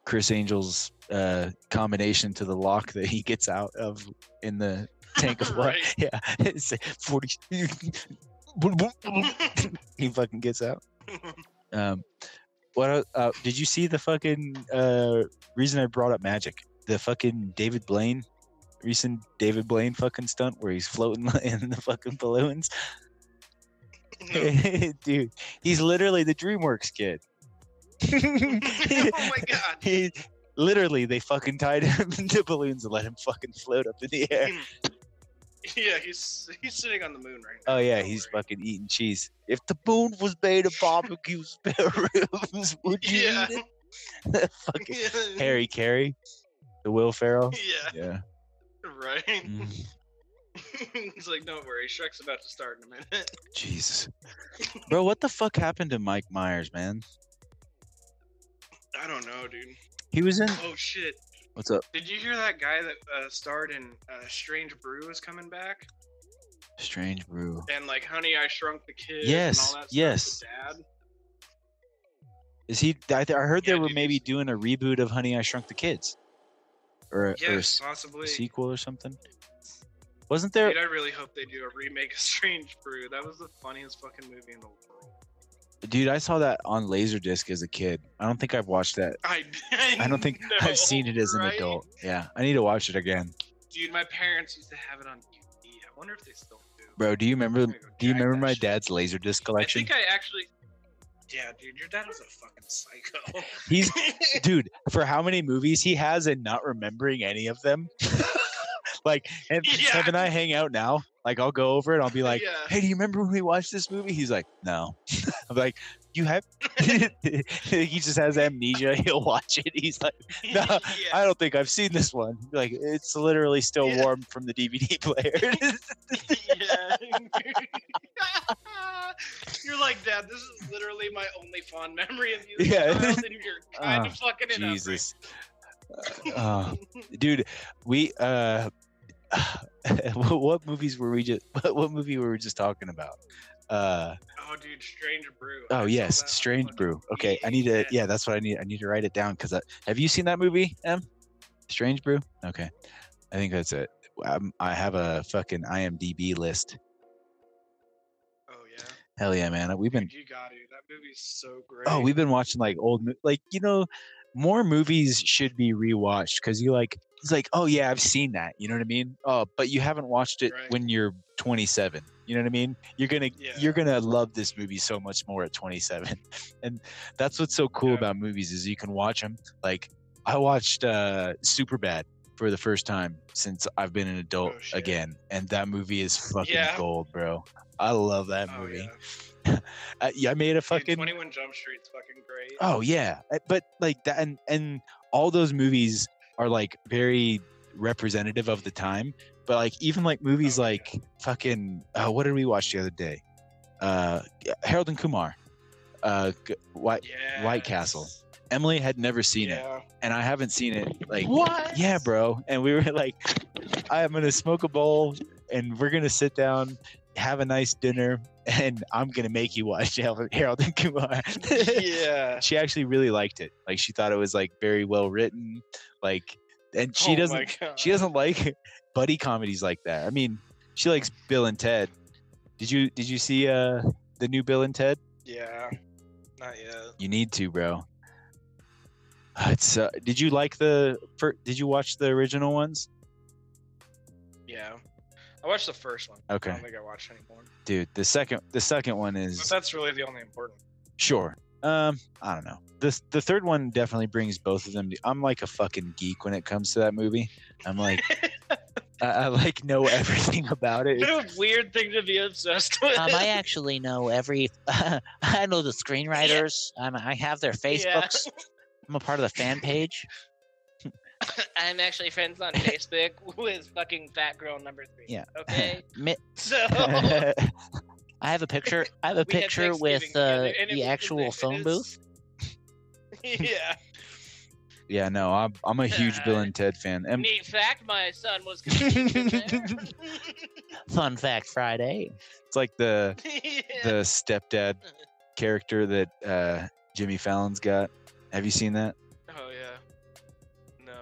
Speaker 6: Chris Angel's uh combination to the lock that he gets out of in the tank of what?
Speaker 5: Right.
Speaker 6: Yeah. It's 40 he fucking gets out. Um, what el- uh, did you see the fucking uh, reason I brought up magic? The fucking David Blaine, recent David Blaine fucking stunt where he's floating in the fucking balloons,
Speaker 5: No.
Speaker 6: dude. He's literally the DreamWorks kid.
Speaker 5: oh my god.
Speaker 6: He- literally, they fucking tied him to balloons and let him fucking float up in the air.
Speaker 5: Yeah, he's he's sitting on the moon right now.
Speaker 6: Oh yeah,
Speaker 5: don't
Speaker 6: he's
Speaker 5: worry.
Speaker 6: fucking eating cheese. If the moon was made of barbecue spare ribs, would you
Speaker 5: Yeah.
Speaker 6: eat it? fucking Harry Carey, the Will Ferrell.
Speaker 5: Yeah,
Speaker 6: Yeah.
Speaker 5: right.
Speaker 6: Mm.
Speaker 5: He's like, don't worry, Shrek's about to start in a minute.
Speaker 6: Jesus. Bro, what the fuck happened to Mike Myers, man?
Speaker 5: I don't know, dude.
Speaker 6: He was in.
Speaker 5: Oh shit!
Speaker 6: What's up?
Speaker 5: Did you hear that guy that uh, starred in uh, Strange Brew is coming back?
Speaker 6: Strange Brew.
Speaker 5: And like, Honey, I Shrunk the Kid.
Speaker 6: Yes,
Speaker 5: And all that stuff
Speaker 6: yes.
Speaker 5: with Dad.
Speaker 6: Is he? I, th- I heard
Speaker 5: Yeah,
Speaker 6: they were
Speaker 5: dude,
Speaker 6: maybe
Speaker 5: he's-
Speaker 6: doing a reboot of Honey, I Shrunk the Kids, or, a- or a s-
Speaker 5: Yes, possibly.
Speaker 6: a
Speaker 5: Dude,
Speaker 6: sequel or something. Wasn't there?
Speaker 5: I really hope they do a remake of Strange Brew. That was the funniest fucking movie in the world.
Speaker 6: Dude, I saw that on Laserdisc as a kid. I don't think I've watched that.
Speaker 5: I,
Speaker 6: I don't think
Speaker 5: know,
Speaker 6: I've seen it as an
Speaker 5: right?
Speaker 6: adult. Yeah, I need to watch it again,
Speaker 5: Dude, my parents used to have it on DVD. I wonder if they still do.
Speaker 6: bro. Do you remember?
Speaker 5: I'm gonna go
Speaker 6: Do you
Speaker 5: jack
Speaker 6: remember
Speaker 5: that
Speaker 6: my
Speaker 5: shit.
Speaker 6: dad's Laserdisc
Speaker 5: I
Speaker 6: collection?
Speaker 5: think I actually. Yeah, dude, your dad was a fucking psycho.
Speaker 6: He's dude for how many movies he has and not remembering any of them like and
Speaker 5: Yeah.
Speaker 6: Seb and i hang out now like i'll go over it i'll be like
Speaker 5: Yeah.
Speaker 6: hey do you remember when we watched this movie he's like no i'm like you have he just has amnesia he'll watch it he's like No,
Speaker 5: yeah.
Speaker 6: i don't think i've seen this one like it's literally still
Speaker 5: Yeah.
Speaker 6: warm from the dvd player
Speaker 5: yeah. You're like, Dad, this is literally my only fond memory of you. as a
Speaker 6: Yeah.
Speaker 5: child, and you're kind
Speaker 6: Ah,
Speaker 5: of fucking it
Speaker 6: jesus
Speaker 5: up. right
Speaker 6: Uh, dude we uh what what movies were we just what, what movie were we just talking about uh
Speaker 5: oh, dude, Strange Brew. I
Speaker 6: oh
Speaker 5: saw
Speaker 6: yes
Speaker 5: that on
Speaker 6: strange
Speaker 5: fucking
Speaker 6: brew okay i need to
Speaker 5: DVD.
Speaker 6: yeah that's what i need i need to write it down because have you seen that movie em strange brew okay i think that's it I'm, i have a fucking imdb list
Speaker 5: Oh, yeah.
Speaker 6: hell yeah man we've been
Speaker 5: Dude, you got it. That movie's so great.
Speaker 6: oh we've been watching like old mo- like you know more movies should be rewatched because you like it's like oh yeah i've seen that you know what i mean oh but you haven't watched it
Speaker 5: Right.
Speaker 6: when you're 27 you know what i mean you're gonna
Speaker 5: Yeah.
Speaker 6: you're gonna love this movie so much more at 27 and that's what's so cool
Speaker 5: Yeah.
Speaker 6: about movies is you can watch them like i watched uh super bad for the first time since I've been an adult
Speaker 5: Oh, shit.
Speaker 6: again, and that movie is fucking
Speaker 5: Yeah.
Speaker 6: gold, bro. I love that
Speaker 5: Oh,
Speaker 6: movie.
Speaker 5: yeah.
Speaker 6: I, yeah, I made a fucking
Speaker 5: Dude, 21 Jump Street's fucking great.
Speaker 6: Oh yeah, Uh, but like that, and and all those movies are like very representative of the time. But like even like movies
Speaker 5: Oh, yeah.
Speaker 6: like fucking uh, what did we watch the other day? Uh, Harold and Kumar, uh, g- White
Speaker 5: yeah.
Speaker 6: White Castle. Emily had never seen it,
Speaker 5: yeah.
Speaker 6: and I haven't seen it. Like
Speaker 4: What?
Speaker 6: yeah, bro. And we were like, I'm gonna smoke a bowl, and we're gonna sit down, have a nice dinner, and I'm gonna make you watch Harold and Kumar.
Speaker 5: yeah.
Speaker 6: she actually really liked it. Like she thought it was like very well written. Like and she
Speaker 5: Oh my
Speaker 6: doesn't
Speaker 5: God.
Speaker 6: she doesn't like buddy comedies like that. I mean, she likes Bill and Ted. Did you did you see uh the new Bill and Ted?
Speaker 5: Yeah. Not yet.
Speaker 6: You need to, bro. It's uh, did you like the fir- did you watch the original ones?
Speaker 5: Yeah. I watched the first one. I
Speaker 6: Okay.
Speaker 5: don't think I watched anymore.
Speaker 6: Dude, the second the second one
Speaker 5: But
Speaker 6: is
Speaker 5: that's really the only important.
Speaker 6: Sure. Um, I don't know. This the third one definitely brings both of them. To, I'm like a fucking geek when it comes to that movie. I'm like, I, I like know everything about it.
Speaker 4: What a weird thing to be obsessed with.
Speaker 7: Um, I actually know every. I know the screenwriters. Um, I have their Facebooks. I'm a part of the fan page.
Speaker 4: I'm actually friends on Facebook with fucking fat girl number three.
Speaker 6: Yeah.
Speaker 4: Okay.
Speaker 7: Mi-
Speaker 4: So
Speaker 7: I have a picture. I have a
Speaker 4: We had
Speaker 7: picture with
Speaker 4: Thanksgiving together,
Speaker 7: uh,
Speaker 4: and it
Speaker 7: the
Speaker 4: was-
Speaker 7: actual
Speaker 4: it
Speaker 7: phone
Speaker 4: is-
Speaker 7: booth.
Speaker 5: yeah.
Speaker 6: yeah, no, I'm I'm a huge Bill and Ted fan. And
Speaker 4: neat fact, my son was conceived in there.
Speaker 7: Fun fact Friday.
Speaker 6: it's like the
Speaker 4: yeah.
Speaker 6: the stepdad character that uh, Jimmy Fallon's got. Have you seen that?
Speaker 5: Oh yeah. No.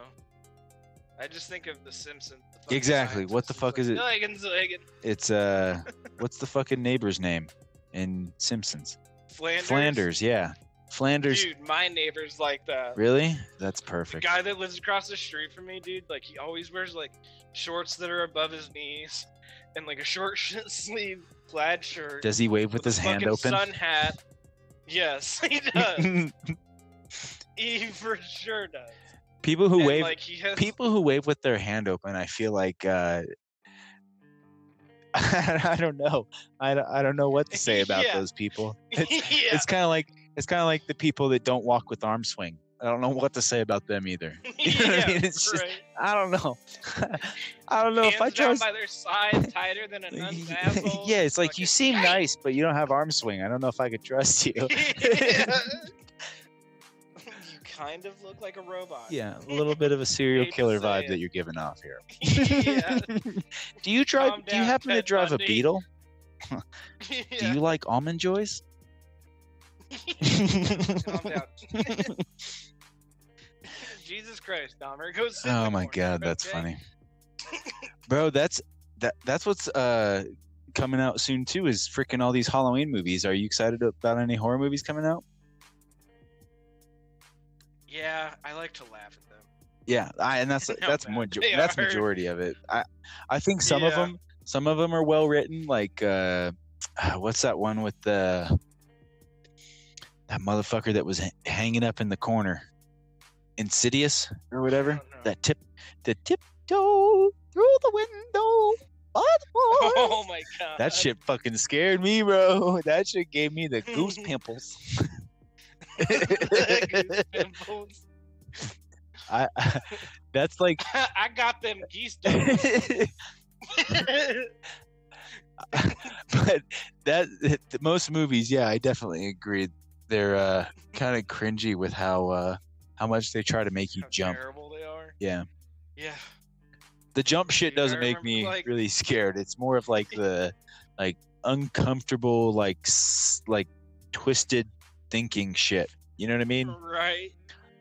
Speaker 5: I just think of The Simpsons. the fucking
Speaker 6: Exactly, what the
Speaker 5: scientist
Speaker 6: fuck is
Speaker 5: who's
Speaker 6: it?
Speaker 5: like, Zilligan, Zilligan.
Speaker 6: It's uh, what's the fucking neighbor's name in Simpsons?
Speaker 5: Flanders.
Speaker 6: Flanders, yeah, Flanders.
Speaker 5: Dude, my neighbor's like that.
Speaker 6: Really? That's
Speaker 5: The
Speaker 6: perfect.
Speaker 5: guy that lives across the street from me, dude, like he always wears like shorts that are above his knees, and like a short sh- sleeve plaid shirt
Speaker 6: Does he wave with
Speaker 5: a
Speaker 6: his hand
Speaker 5: fucking
Speaker 6: open?
Speaker 5: Sun hat. Yes, he does. he for sure does.
Speaker 6: people who
Speaker 5: And,
Speaker 6: wave
Speaker 5: like he has
Speaker 6: people who wave with their hand open i feel like uh i don't know I don't, I don't know what to say about
Speaker 5: Yeah.
Speaker 6: those people
Speaker 5: yeah.
Speaker 6: it's, it's kind of like it's kind of like the people that don't walk with arm swing i don't know what to say about them either you know what I
Speaker 5: yeah,
Speaker 6: mean? It's just-
Speaker 5: right.
Speaker 6: i don't know i don't know
Speaker 5: Hands
Speaker 6: if i
Speaker 5: down
Speaker 6: trust
Speaker 5: by their side, tighter than a nun's asshole.
Speaker 6: yeah it's like you seem
Speaker 5: fucking-
Speaker 6: nice but you don't have arm swing i don't know if i could trust you
Speaker 5: Yeah. you kind of look like a robot.
Speaker 6: yeah a little bit of a serial
Speaker 5: Hate to
Speaker 6: killer
Speaker 5: say
Speaker 6: vibe
Speaker 5: it.
Speaker 6: that you're giving off here
Speaker 5: yeah.
Speaker 6: do you drive
Speaker 5: Calm
Speaker 6: do you
Speaker 5: down,
Speaker 6: happen to
Speaker 5: Ted
Speaker 6: drive
Speaker 5: Bundy.
Speaker 6: a beetle
Speaker 5: yeah.
Speaker 6: Do you like almond joys?
Speaker 5: Calm down. Jesus Christ, Dahmer. Go sit in
Speaker 6: oh
Speaker 5: the
Speaker 6: my
Speaker 5: corner,
Speaker 6: god, that's
Speaker 5: okay?
Speaker 6: funny. Bro, that's that that's what's uh coming out soon too is freaking all these Halloween movies. Are you excited about any horror movies coming out?
Speaker 5: Yeah, I like to laugh at them.
Speaker 6: Yeah, I, and that's
Speaker 5: No,
Speaker 6: that's
Speaker 5: man,
Speaker 6: major-
Speaker 5: they
Speaker 6: that's
Speaker 5: are.
Speaker 6: majority of it. I I think some of
Speaker 5: Yeah.
Speaker 6: them some of them are well written like uh what's that one with the that motherfucker that was h- hanging up in the corner? Insidious or whatever?
Speaker 5: I don't know.
Speaker 6: that tip the tiptoe through the window by the doors.
Speaker 5: Oh my god.
Speaker 6: that shit fucking scared me bro that shit gave me the goose pimples
Speaker 5: Goose pimples.
Speaker 6: I, I that's like
Speaker 5: I got them geese dogs.
Speaker 6: but that the, most movies yeah i definitely agree they're uh kind of cringy with how uh how much they try to make you
Speaker 5: How
Speaker 6: jump
Speaker 5: terrible they are.
Speaker 6: yeah
Speaker 5: Yeah.
Speaker 6: the jump shit
Speaker 5: Dude, I
Speaker 6: doesn't make
Speaker 5: remember,
Speaker 6: me
Speaker 5: like-
Speaker 6: really scared. It's more of like the like uncomfortable, like s- like twisted thinking shit. You know what I mean?
Speaker 5: Right.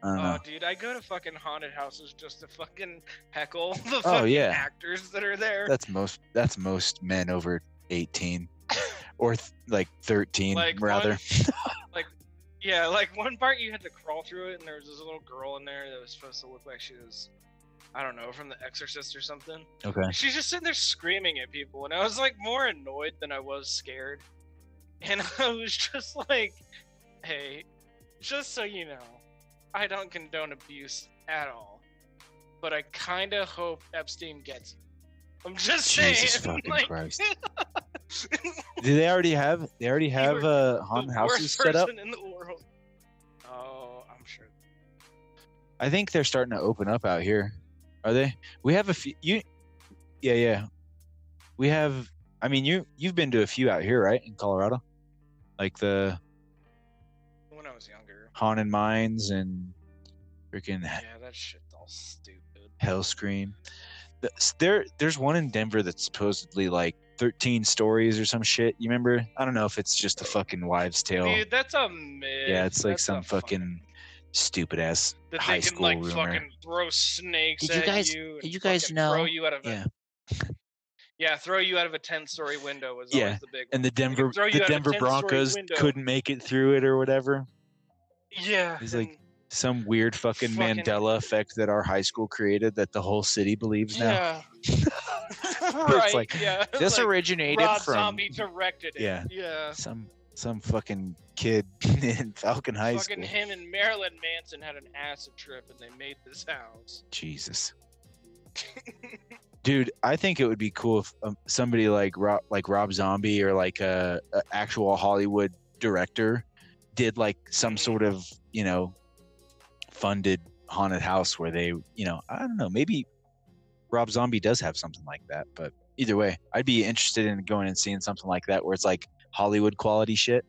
Speaker 6: I don't
Speaker 5: Oh,
Speaker 6: know.
Speaker 5: dude, I go to fucking haunted houses just to fucking heckle the fucking
Speaker 6: Oh, yeah.
Speaker 5: actors that are there.
Speaker 6: That's most. That's most men over eighteen, or th- like thirteen,
Speaker 5: Like,
Speaker 6: rather.
Speaker 5: Yeah, like one part you had to crawl through it, and there was this little girl in there that was supposed to look like she was, I don't know, from The Exorcist or something.
Speaker 6: Okay.
Speaker 5: She's just sitting there screaming at people, and I was like more annoyed than I was scared. And I was just like, hey, just so you know, I don't condone abuse at all. but I kind of hope Epstein gets you. I'm just
Speaker 6: Jesus
Speaker 5: saying.
Speaker 6: fucking
Speaker 5: like,
Speaker 6: Christ.
Speaker 5: the
Speaker 6: Do they already have? They already have
Speaker 5: were
Speaker 6: uh, haunted houses
Speaker 5: worst
Speaker 6: set up.
Speaker 5: person in the world. Oh, I'm sure.
Speaker 6: I think they're starting to open up out here. Are they? We have a few. You, yeah, yeah. We have. I mean, you you've been to a few out here, right? In Colorado, like the
Speaker 5: When I was younger.
Speaker 6: haunted mines and freaking
Speaker 5: Yeah, that shit's all stupid.
Speaker 6: hell scream. The- s- There, there's one in Denver that's supposedly like 13 stories or some shit. You remember? I don't know if it's just a fucking wives' tale.
Speaker 5: Dude, that's a myth.
Speaker 6: yeah, it's like
Speaker 5: That's a
Speaker 6: some fucking stupid ass.
Speaker 5: that
Speaker 6: high
Speaker 5: they can
Speaker 6: school
Speaker 5: like
Speaker 6: rumor.
Speaker 5: fucking throw snakes
Speaker 7: Did you
Speaker 5: at
Speaker 7: guys-
Speaker 5: you. and
Speaker 7: did you guys
Speaker 5: fucking
Speaker 7: know-
Speaker 5: Throw you out of a,
Speaker 7: yeah.
Speaker 5: yeah, throw you out of a ten-story window was
Speaker 6: Yeah,
Speaker 5: always the big.
Speaker 6: And the
Speaker 5: one. They could
Speaker 6: Denver,
Speaker 5: throw you
Speaker 6: the
Speaker 5: out of a
Speaker 6: Denver
Speaker 5: 10-story
Speaker 6: Broncos
Speaker 5: window.
Speaker 6: couldn't make it through it or whatever.
Speaker 5: Yeah,
Speaker 6: He's like,
Speaker 5: and-
Speaker 6: Some weird fucking,
Speaker 5: Fucking-
Speaker 6: Mandela effect that our high school created that the whole city believes now.
Speaker 5: yeah. right.
Speaker 6: like,
Speaker 5: yeah. it's
Speaker 6: This
Speaker 5: like,
Speaker 6: originated
Speaker 5: Rob
Speaker 6: from
Speaker 5: Zombie directed it.
Speaker 6: Yeah.
Speaker 5: Yeah.
Speaker 6: some some fucking kid in Falcon High
Speaker 5: Fucking
Speaker 6: School.
Speaker 5: him and Marilyn Manson had an acid trip and they made this house.
Speaker 6: Jesus. Dude, I think it would be cool if um, somebody like Rob, like Rob Zombie or like a, a actual Hollywood director did like some
Speaker 5: Mm-hmm.
Speaker 6: sort of you know funded haunted house where they you know I don't know maybe Rob Zombie does have something like that, but either way, I'd be interested in going and seeing something like that where it's like Hollywood quality shit.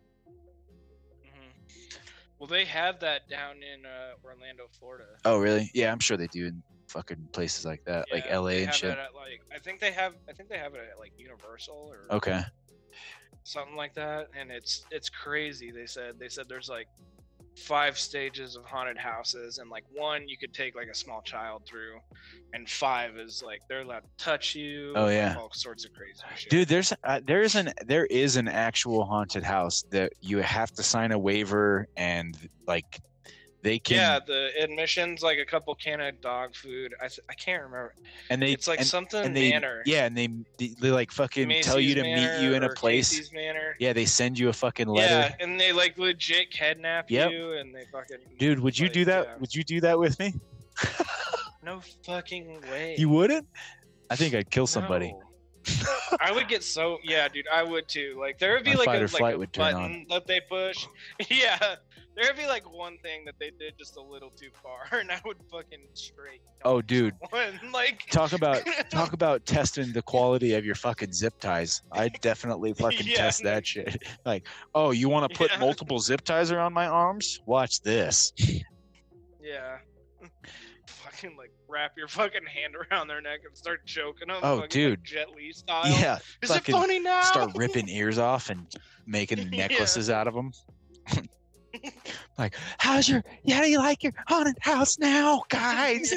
Speaker 5: Mhm. Well, they have that down in uh, Orlando, Florida.
Speaker 6: Oh really? Yeah, I'm sure they do in fucking places like that, like
Speaker 5: Yeah,
Speaker 6: L.A.
Speaker 5: they
Speaker 6: and
Speaker 5: have
Speaker 6: shit.
Speaker 5: It at, like I think they have I think they have it at like Universal or
Speaker 6: Okay.
Speaker 5: something like that, and it's it's crazy. They said they said there's like five stages of haunted houses, and like one you could take like a small child through, and five is like they're allowed to touch you.
Speaker 6: Oh,
Speaker 5: and, like,
Speaker 6: yeah.
Speaker 5: all sorts of crazy shit.
Speaker 6: dude there's uh, there is an there is an actual haunted house that you have to sign a waiver and like they can
Speaker 5: yeah, the admissions like a couple can of dog food. I th- I can't remember.
Speaker 6: and they
Speaker 5: it's like
Speaker 6: and,
Speaker 5: something
Speaker 6: and they
Speaker 5: manor.
Speaker 6: yeah and they they, they, like fucking tell you
Speaker 5: Macy's
Speaker 6: to meet you
Speaker 5: Manor
Speaker 6: in a
Speaker 5: or
Speaker 6: place
Speaker 5: Casey's Manor.
Speaker 6: yeah they send you a fucking letter
Speaker 5: Yeah, and they like legit kidnap
Speaker 6: Yep.
Speaker 5: you, and they fucking.
Speaker 6: dude would you
Speaker 5: like,
Speaker 6: do that
Speaker 5: yeah.
Speaker 6: would you do that with me
Speaker 5: No fucking way.
Speaker 6: you wouldn't i think i'd kill somebody
Speaker 5: No. I would get so yeah, dude. I would too. Like there would be
Speaker 6: My
Speaker 5: like
Speaker 6: fight
Speaker 5: a,
Speaker 6: or
Speaker 5: like
Speaker 6: flight
Speaker 5: a
Speaker 6: would turn
Speaker 5: button
Speaker 6: on.
Speaker 5: that they push. Yeah, there would be like one thing that they did just a little too far, and I would fucking straight.
Speaker 6: Oh,
Speaker 5: dodge
Speaker 6: dude. uh,
Speaker 5: someone, like
Speaker 6: talk about talk about testing the quality of your fucking zip ties i definitely fucking
Speaker 5: Yeah.
Speaker 6: test that shit like oh you want to put
Speaker 5: Yeah.
Speaker 6: multiple zip ties around my arms watch this
Speaker 5: yeah. Fucking like wrap your fucking hand around their neck and start joking them.
Speaker 6: Oh,
Speaker 5: fucking, like,
Speaker 6: dude.
Speaker 5: Jet Li style.
Speaker 6: yeah
Speaker 5: Is it
Speaker 6: fucking
Speaker 5: funny now?
Speaker 6: start ripping ears off and making
Speaker 5: Yeah.
Speaker 6: necklaces out of them like how's your how do you like your haunted house now guys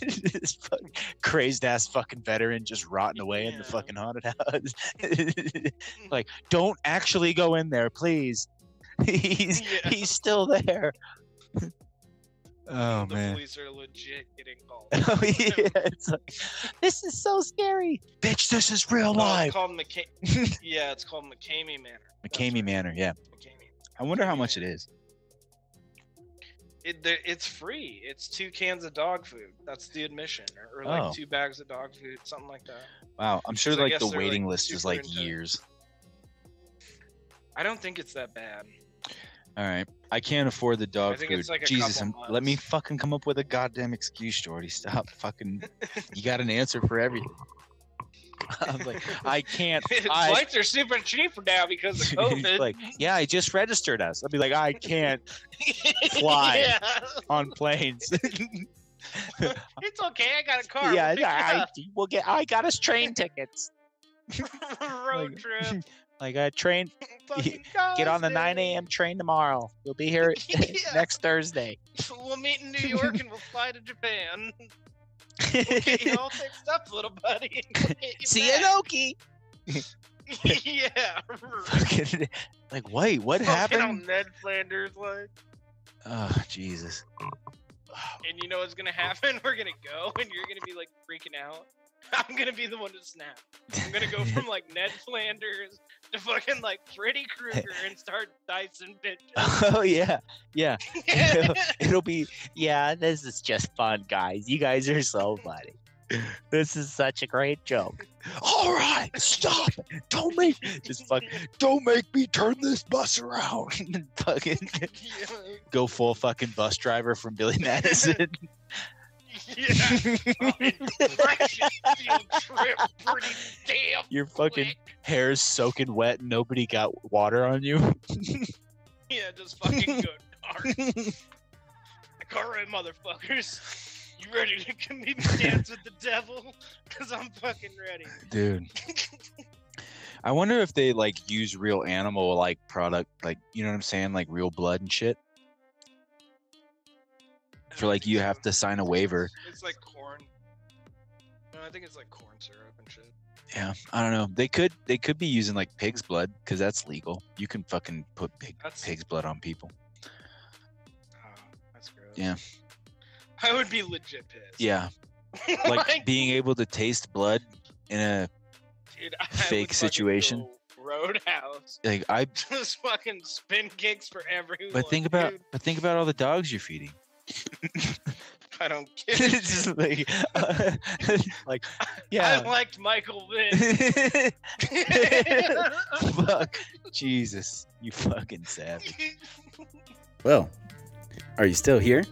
Speaker 6: this fucking crazed ass fucking veteran just rotting away in the
Speaker 5: Yeah.
Speaker 6: fucking haunted house like don't actually go in there please he's
Speaker 5: Yeah.
Speaker 6: he's still there oh
Speaker 5: the police are legit getting called.
Speaker 6: oh yeah it's like, this is so scary bitch this is real
Speaker 5: Oh,
Speaker 6: life
Speaker 5: It's called McCa- yeah, it's called McCamey Manor. That's
Speaker 6: mccamey
Speaker 5: right,
Speaker 6: manor yeah
Speaker 5: McCamey.
Speaker 6: i wonder how much it is
Speaker 5: It, there- it's free. It's two cans of dog food. That's the admission, or, or like
Speaker 6: Oh.
Speaker 5: two bags of dog food, something like that.
Speaker 6: wow i'm sure
Speaker 5: 'Cause I
Speaker 6: like
Speaker 5: guess
Speaker 6: the
Speaker 5: they're, like,
Speaker 6: waiting list is
Speaker 5: super
Speaker 6: like
Speaker 5: into-
Speaker 6: years
Speaker 5: I don't think it's that bad.
Speaker 6: all right i can't afford the dog
Speaker 5: think
Speaker 6: food
Speaker 5: it's like a
Speaker 6: jesus
Speaker 5: couple
Speaker 6: I'm- let me
Speaker 5: months.
Speaker 6: fucking come up with a goddamn excuse jordy stop fucking you got an answer for everything i'm like i can't I-
Speaker 5: Flights are super cheap now because of COVID.
Speaker 6: like, yeah, I just registered us. I'd be like, I can't fly.
Speaker 5: yeah.
Speaker 6: on planes.
Speaker 5: It's okay. I got a car.
Speaker 6: yeah,
Speaker 5: we'll pick you
Speaker 6: I,
Speaker 5: up.
Speaker 6: we'll get. I got us train tickets.
Speaker 5: road
Speaker 6: like-
Speaker 5: trip.
Speaker 6: Like a train,
Speaker 5: Fucking
Speaker 7: Get on the 9
Speaker 5: Thursday.
Speaker 7: a.m. train tomorrow. You'll be here
Speaker 5: Oh, Yeah.
Speaker 7: next Thursday.
Speaker 5: We'll meet in New York and we'll fly to Japan. Get you all fixed up, little buddy. and we'll get you
Speaker 7: See
Speaker 5: back.
Speaker 7: you, Loki.
Speaker 5: yeah. right.
Speaker 6: fucking, like wait, what
Speaker 5: Fucking
Speaker 6: happened?
Speaker 5: on Ned Flanders like.
Speaker 6: Oh
Speaker 7: Ah,
Speaker 6: Jesus!
Speaker 5: And you know what's gonna happen? We're gonna go and you're gonna be like freaking out. I'm gonna be the one to snap. I'm gonna go from like Ned Flanders to fucking like Freddy Krueger and start dicing bitches.
Speaker 7: oh yeah, yeah. It'll be yeah. This is just fun, guys. You guys are so funny. This is such a great joke.
Speaker 6: All right, stop! Don't make just fuck. Don't make me turn this bus around.
Speaker 7: Fucking
Speaker 6: Go full fucking bus driver from Billy Madison.
Speaker 5: yeah. Impression field trip pretty damn
Speaker 6: Your fucking
Speaker 5: quick.
Speaker 6: hair's soaking wet, and nobody got water on you.
Speaker 5: Yeah, just fucking go dark. Like, All right, motherfuckers. You ready to give me the dance with the devil? Cause I'm fucking ready.
Speaker 6: dude i wonder if they like use real animal like product like you know what i'm saying like real blood and shit for like you have to sign a waiver
Speaker 4: It's like corn. No, I think it's like corn syrup and shit.
Speaker 6: yeah i don't know they could they could be using like pig's blood because that's legal you can fucking put pig,
Speaker 4: That's-
Speaker 6: pig's blood on people
Speaker 4: Oh, that's gross.
Speaker 6: Yeah.
Speaker 4: I would be legit pissed.
Speaker 6: yeah
Speaker 4: Oh
Speaker 6: like being able to taste blood in a
Speaker 4: Dude, I would
Speaker 6: fake
Speaker 4: fucking
Speaker 6: situation.
Speaker 4: go Roadhouse.
Speaker 6: like i
Speaker 4: Just fucking spin kicks for everyone.
Speaker 6: but think about
Speaker 4: dude.
Speaker 6: but think about all the dogs you're feeding
Speaker 4: I don't care.
Speaker 6: it's just like like
Speaker 4: I
Speaker 6: yeah
Speaker 4: liked Michael Vick.
Speaker 6: Fuck. Jesus. You fucking savage.
Speaker 3: Well, are you still here?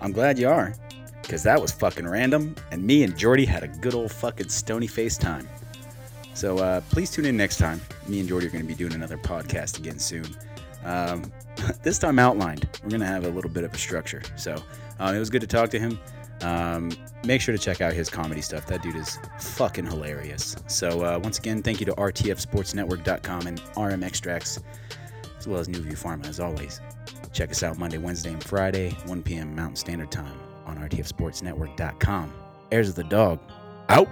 Speaker 3: I'm glad you are, because that was fucking random, and me and Jordy had a good old fucking stony face time. So uh, please tune in next time. Me and Jordy are going to be doing another podcast again soon. Um, this time outlined. We're going to have a little bit of a structure. So um, it was good to talk to him. Um, make sure to check out his comedy stuff. That dude is fucking hilarious. So uh, once again, thank you to RTFSportsNetwork.com and RM Extracts, as well as New View Pharma, as always. Check us out Monday, Wednesday, and Friday, 1 p.m. Mountain Standard Time on RTFSportsNetwork.com. Heirs of the Dog, out.